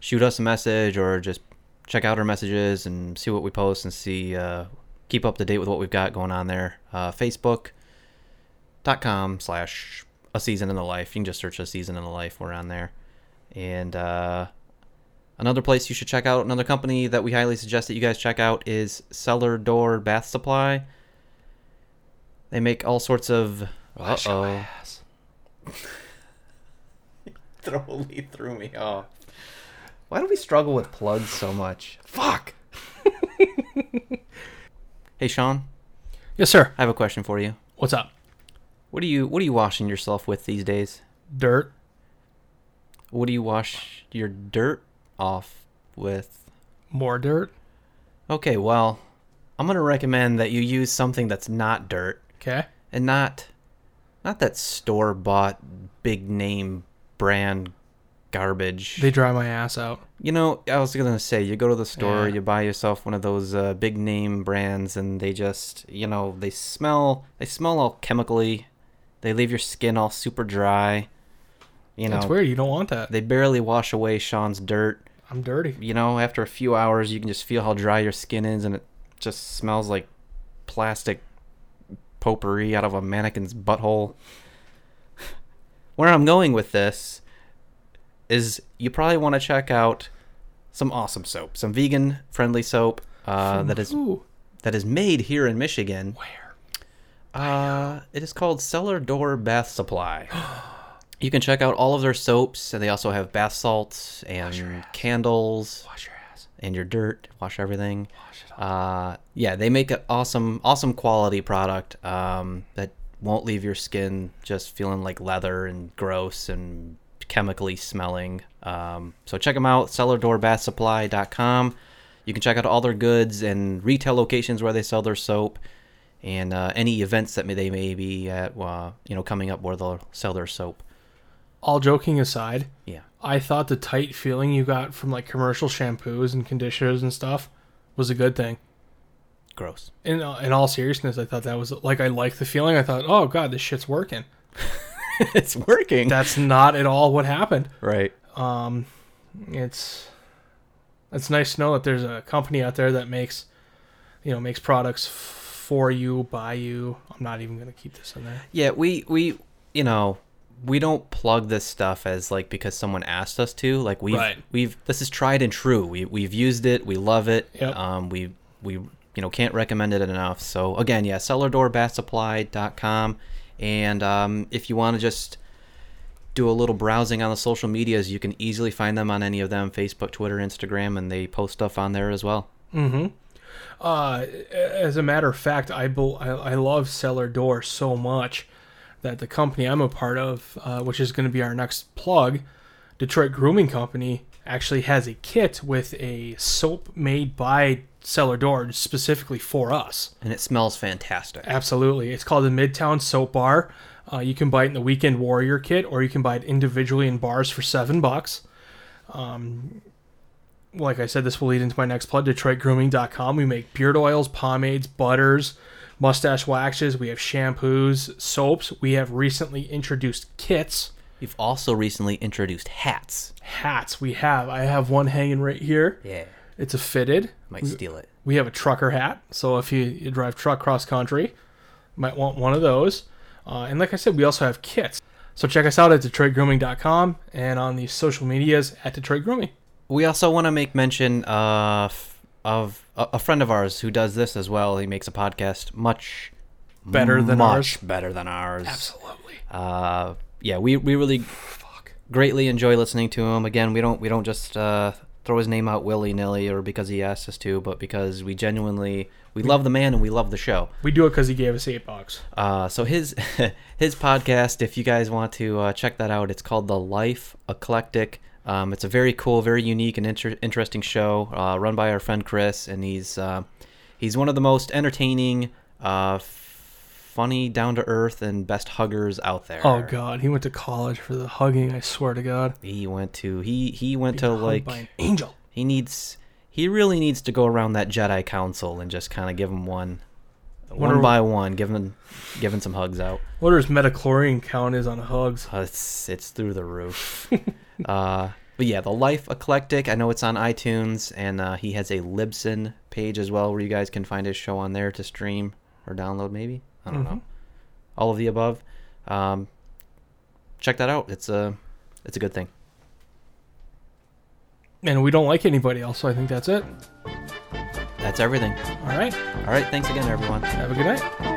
Speaker 1: shoot us a message or just check out our messages and see what we post and see uh, keep up to date with what we've got going on there. Uh, Facebook.com slash a season in the life. You can just search a season in the life. We're on there, and. Uh, Another place you should check out, another company that we highly suggest that you guys check out is Cellar Door Bath Supply. They make all sorts of uh oh
Speaker 3: Totally threw me off.
Speaker 1: Why do we struggle with plugs so much? Fuck. hey Sean,
Speaker 2: Yes, sir.
Speaker 1: I have a question for you.
Speaker 2: What's up?
Speaker 1: What are you what are you washing yourself with these days?
Speaker 2: Dirt.
Speaker 1: What do you wash your dirt off with?
Speaker 2: More dirt.
Speaker 1: Okay, well, I'm going to recommend that you use something that's not dirt.
Speaker 2: Okay.
Speaker 1: and not not that store bought big name brand garbage.
Speaker 2: They dry my ass out.
Speaker 1: you know, I was gonna say you go to the store,
Speaker 2: Yeah.
Speaker 1: you buy yourself one of those uh, big name brands, and they just you know they smell they smell all chemically. They leave your skin all super dry. You know,
Speaker 2: That's weird. You don't want that.
Speaker 1: they barely wash away Sean's dirt.
Speaker 2: I'm dirty.
Speaker 1: You know, after a few hours, you can just feel how dry your skin is, and it just smells like plastic potpourri out of a mannequin's butthole. Where I'm going with this is you probably want to check out some awesome soap, some vegan friendly soap uh, that is
Speaker 2: Ooh.
Speaker 1: that is made here in Michigan.
Speaker 2: Where?
Speaker 1: Uh, it is called Cellar Door Bath Supply. You can check out all of their soaps, and they also have bath salts and candles
Speaker 2: Wash your ass.
Speaker 1: and your dirt, wash everything.
Speaker 2: Wash it
Speaker 1: Uh, yeah, they make an awesome, awesome quality product um, that won't leave your skin just feeling like leather and gross and chemically smelling. Um, so check them out, cellardoorbathsupply.com. You can check out all their goods and retail locations where they sell their soap and uh, any events that may, they may be at, uh, you know, coming up where they'll sell their soap.
Speaker 2: all joking aside,
Speaker 1: Yeah.
Speaker 2: I thought the tight feeling you got from like commercial shampoos and conditioners and stuff was a good thing.
Speaker 1: Gross.
Speaker 2: In uh, in all seriousness, I thought that was like I liked the feeling. I thought, oh god, this shit's working.
Speaker 1: it's working.
Speaker 2: That's not at all what happened.
Speaker 1: right.
Speaker 2: Um, it's it's nice to know that there's a company out there that makes you know makes products f- for you by you. I'm not even gonna keep this in there.
Speaker 1: Yeah, we we you know we don't plug this stuff as like because someone asked us to. Like we've
Speaker 2: Right.
Speaker 1: we've this is tried and true. We we've used it. We love it.
Speaker 2: Yep.
Speaker 1: Um. We we you know can't recommend it enough. So again, yeah, cellardoorbatsupply.com, and um, if you want to just do a little browsing on the social medias, you can easily find them on any of them: Facebook, Twitter, Instagram, and they post stuff on there as well.
Speaker 2: Uh, as a matter of fact, I, bel I I love Cellar Door so much that the company I'm a part of, uh, which is going to be our next plug, Detroit Grooming Company, actually has a kit with a soap made by Cellar Door specifically for us.
Speaker 1: And it smells fantastic.
Speaker 2: Absolutely, it's called the Midtown Soap Bar. Uh, you can buy it in the Weekend Warrior kit, or you can buy it individually in bars for seven bucks. Um, like I said, this will lead into my next plug, DetroitGrooming.com. We make beard oils, pomades, butters, mustache waxes. We have shampoos, soaps. We have recently introduced kits,
Speaker 1: We've also recently introduced hats.
Speaker 2: hats. We have. I have one hanging right here.
Speaker 1: Yeah,
Speaker 2: It's a fitted.
Speaker 1: might steal it.
Speaker 2: We have a trucker hat. So if you, you drive truck cross country, you might want one of those. Uh, and like I said, we also have kits. So check us out at DetroitGrooming.com and on the social medias at Detroit Grooming.
Speaker 1: We also want to make mention uh, f- of a, a friend of ours who does this as well. He makes a podcast much
Speaker 2: Better than
Speaker 1: much
Speaker 2: ours.
Speaker 1: better than ours.
Speaker 2: Absolutely.
Speaker 1: Uh, yeah, we, we really
Speaker 2: Fuck.
Speaker 1: greatly enjoy listening to him. Again, we don't we don't just uh, throw his name out willy nilly or because he asked us to, but because we genuinely we love the man and we love the show.
Speaker 2: We do it because he gave us eight bucks.
Speaker 1: Uh, so his his podcast, if you guys want to uh, check that out, it's called The Life Eclectic. Um, it's a very cool, very unique, and inter- interesting show uh, run by our friend Chris, and he's uh, he's one of the most entertaining, uh, f- funny, down to earth, and best huggers out there.
Speaker 2: Oh God, he went to college for the hugging. I swear to God.
Speaker 1: He went to he he went to
Speaker 2: Hugged
Speaker 1: like
Speaker 2: by an angel.
Speaker 1: he needs he really needs to go around that Jedi Council and just kind of give him one.
Speaker 2: Wonder-
Speaker 1: One by one, giving giving some hugs out.
Speaker 2: What his metachlorine count is on hugs?
Speaker 1: Uh, it's it's through the roof. uh, but yeah, the Life Eclectic. I know it's on iTunes, and uh, he has a Libsyn page as well, where you guys can find his show on there to stream or download. Maybe I don't know. All of the above. Um, check that out. It's a it's a good thing.
Speaker 2: And we don't like anybody else, so I think that's it.
Speaker 1: That's everything.
Speaker 2: All right.
Speaker 1: All right. Thanks again, everyone.
Speaker 2: Have a good night.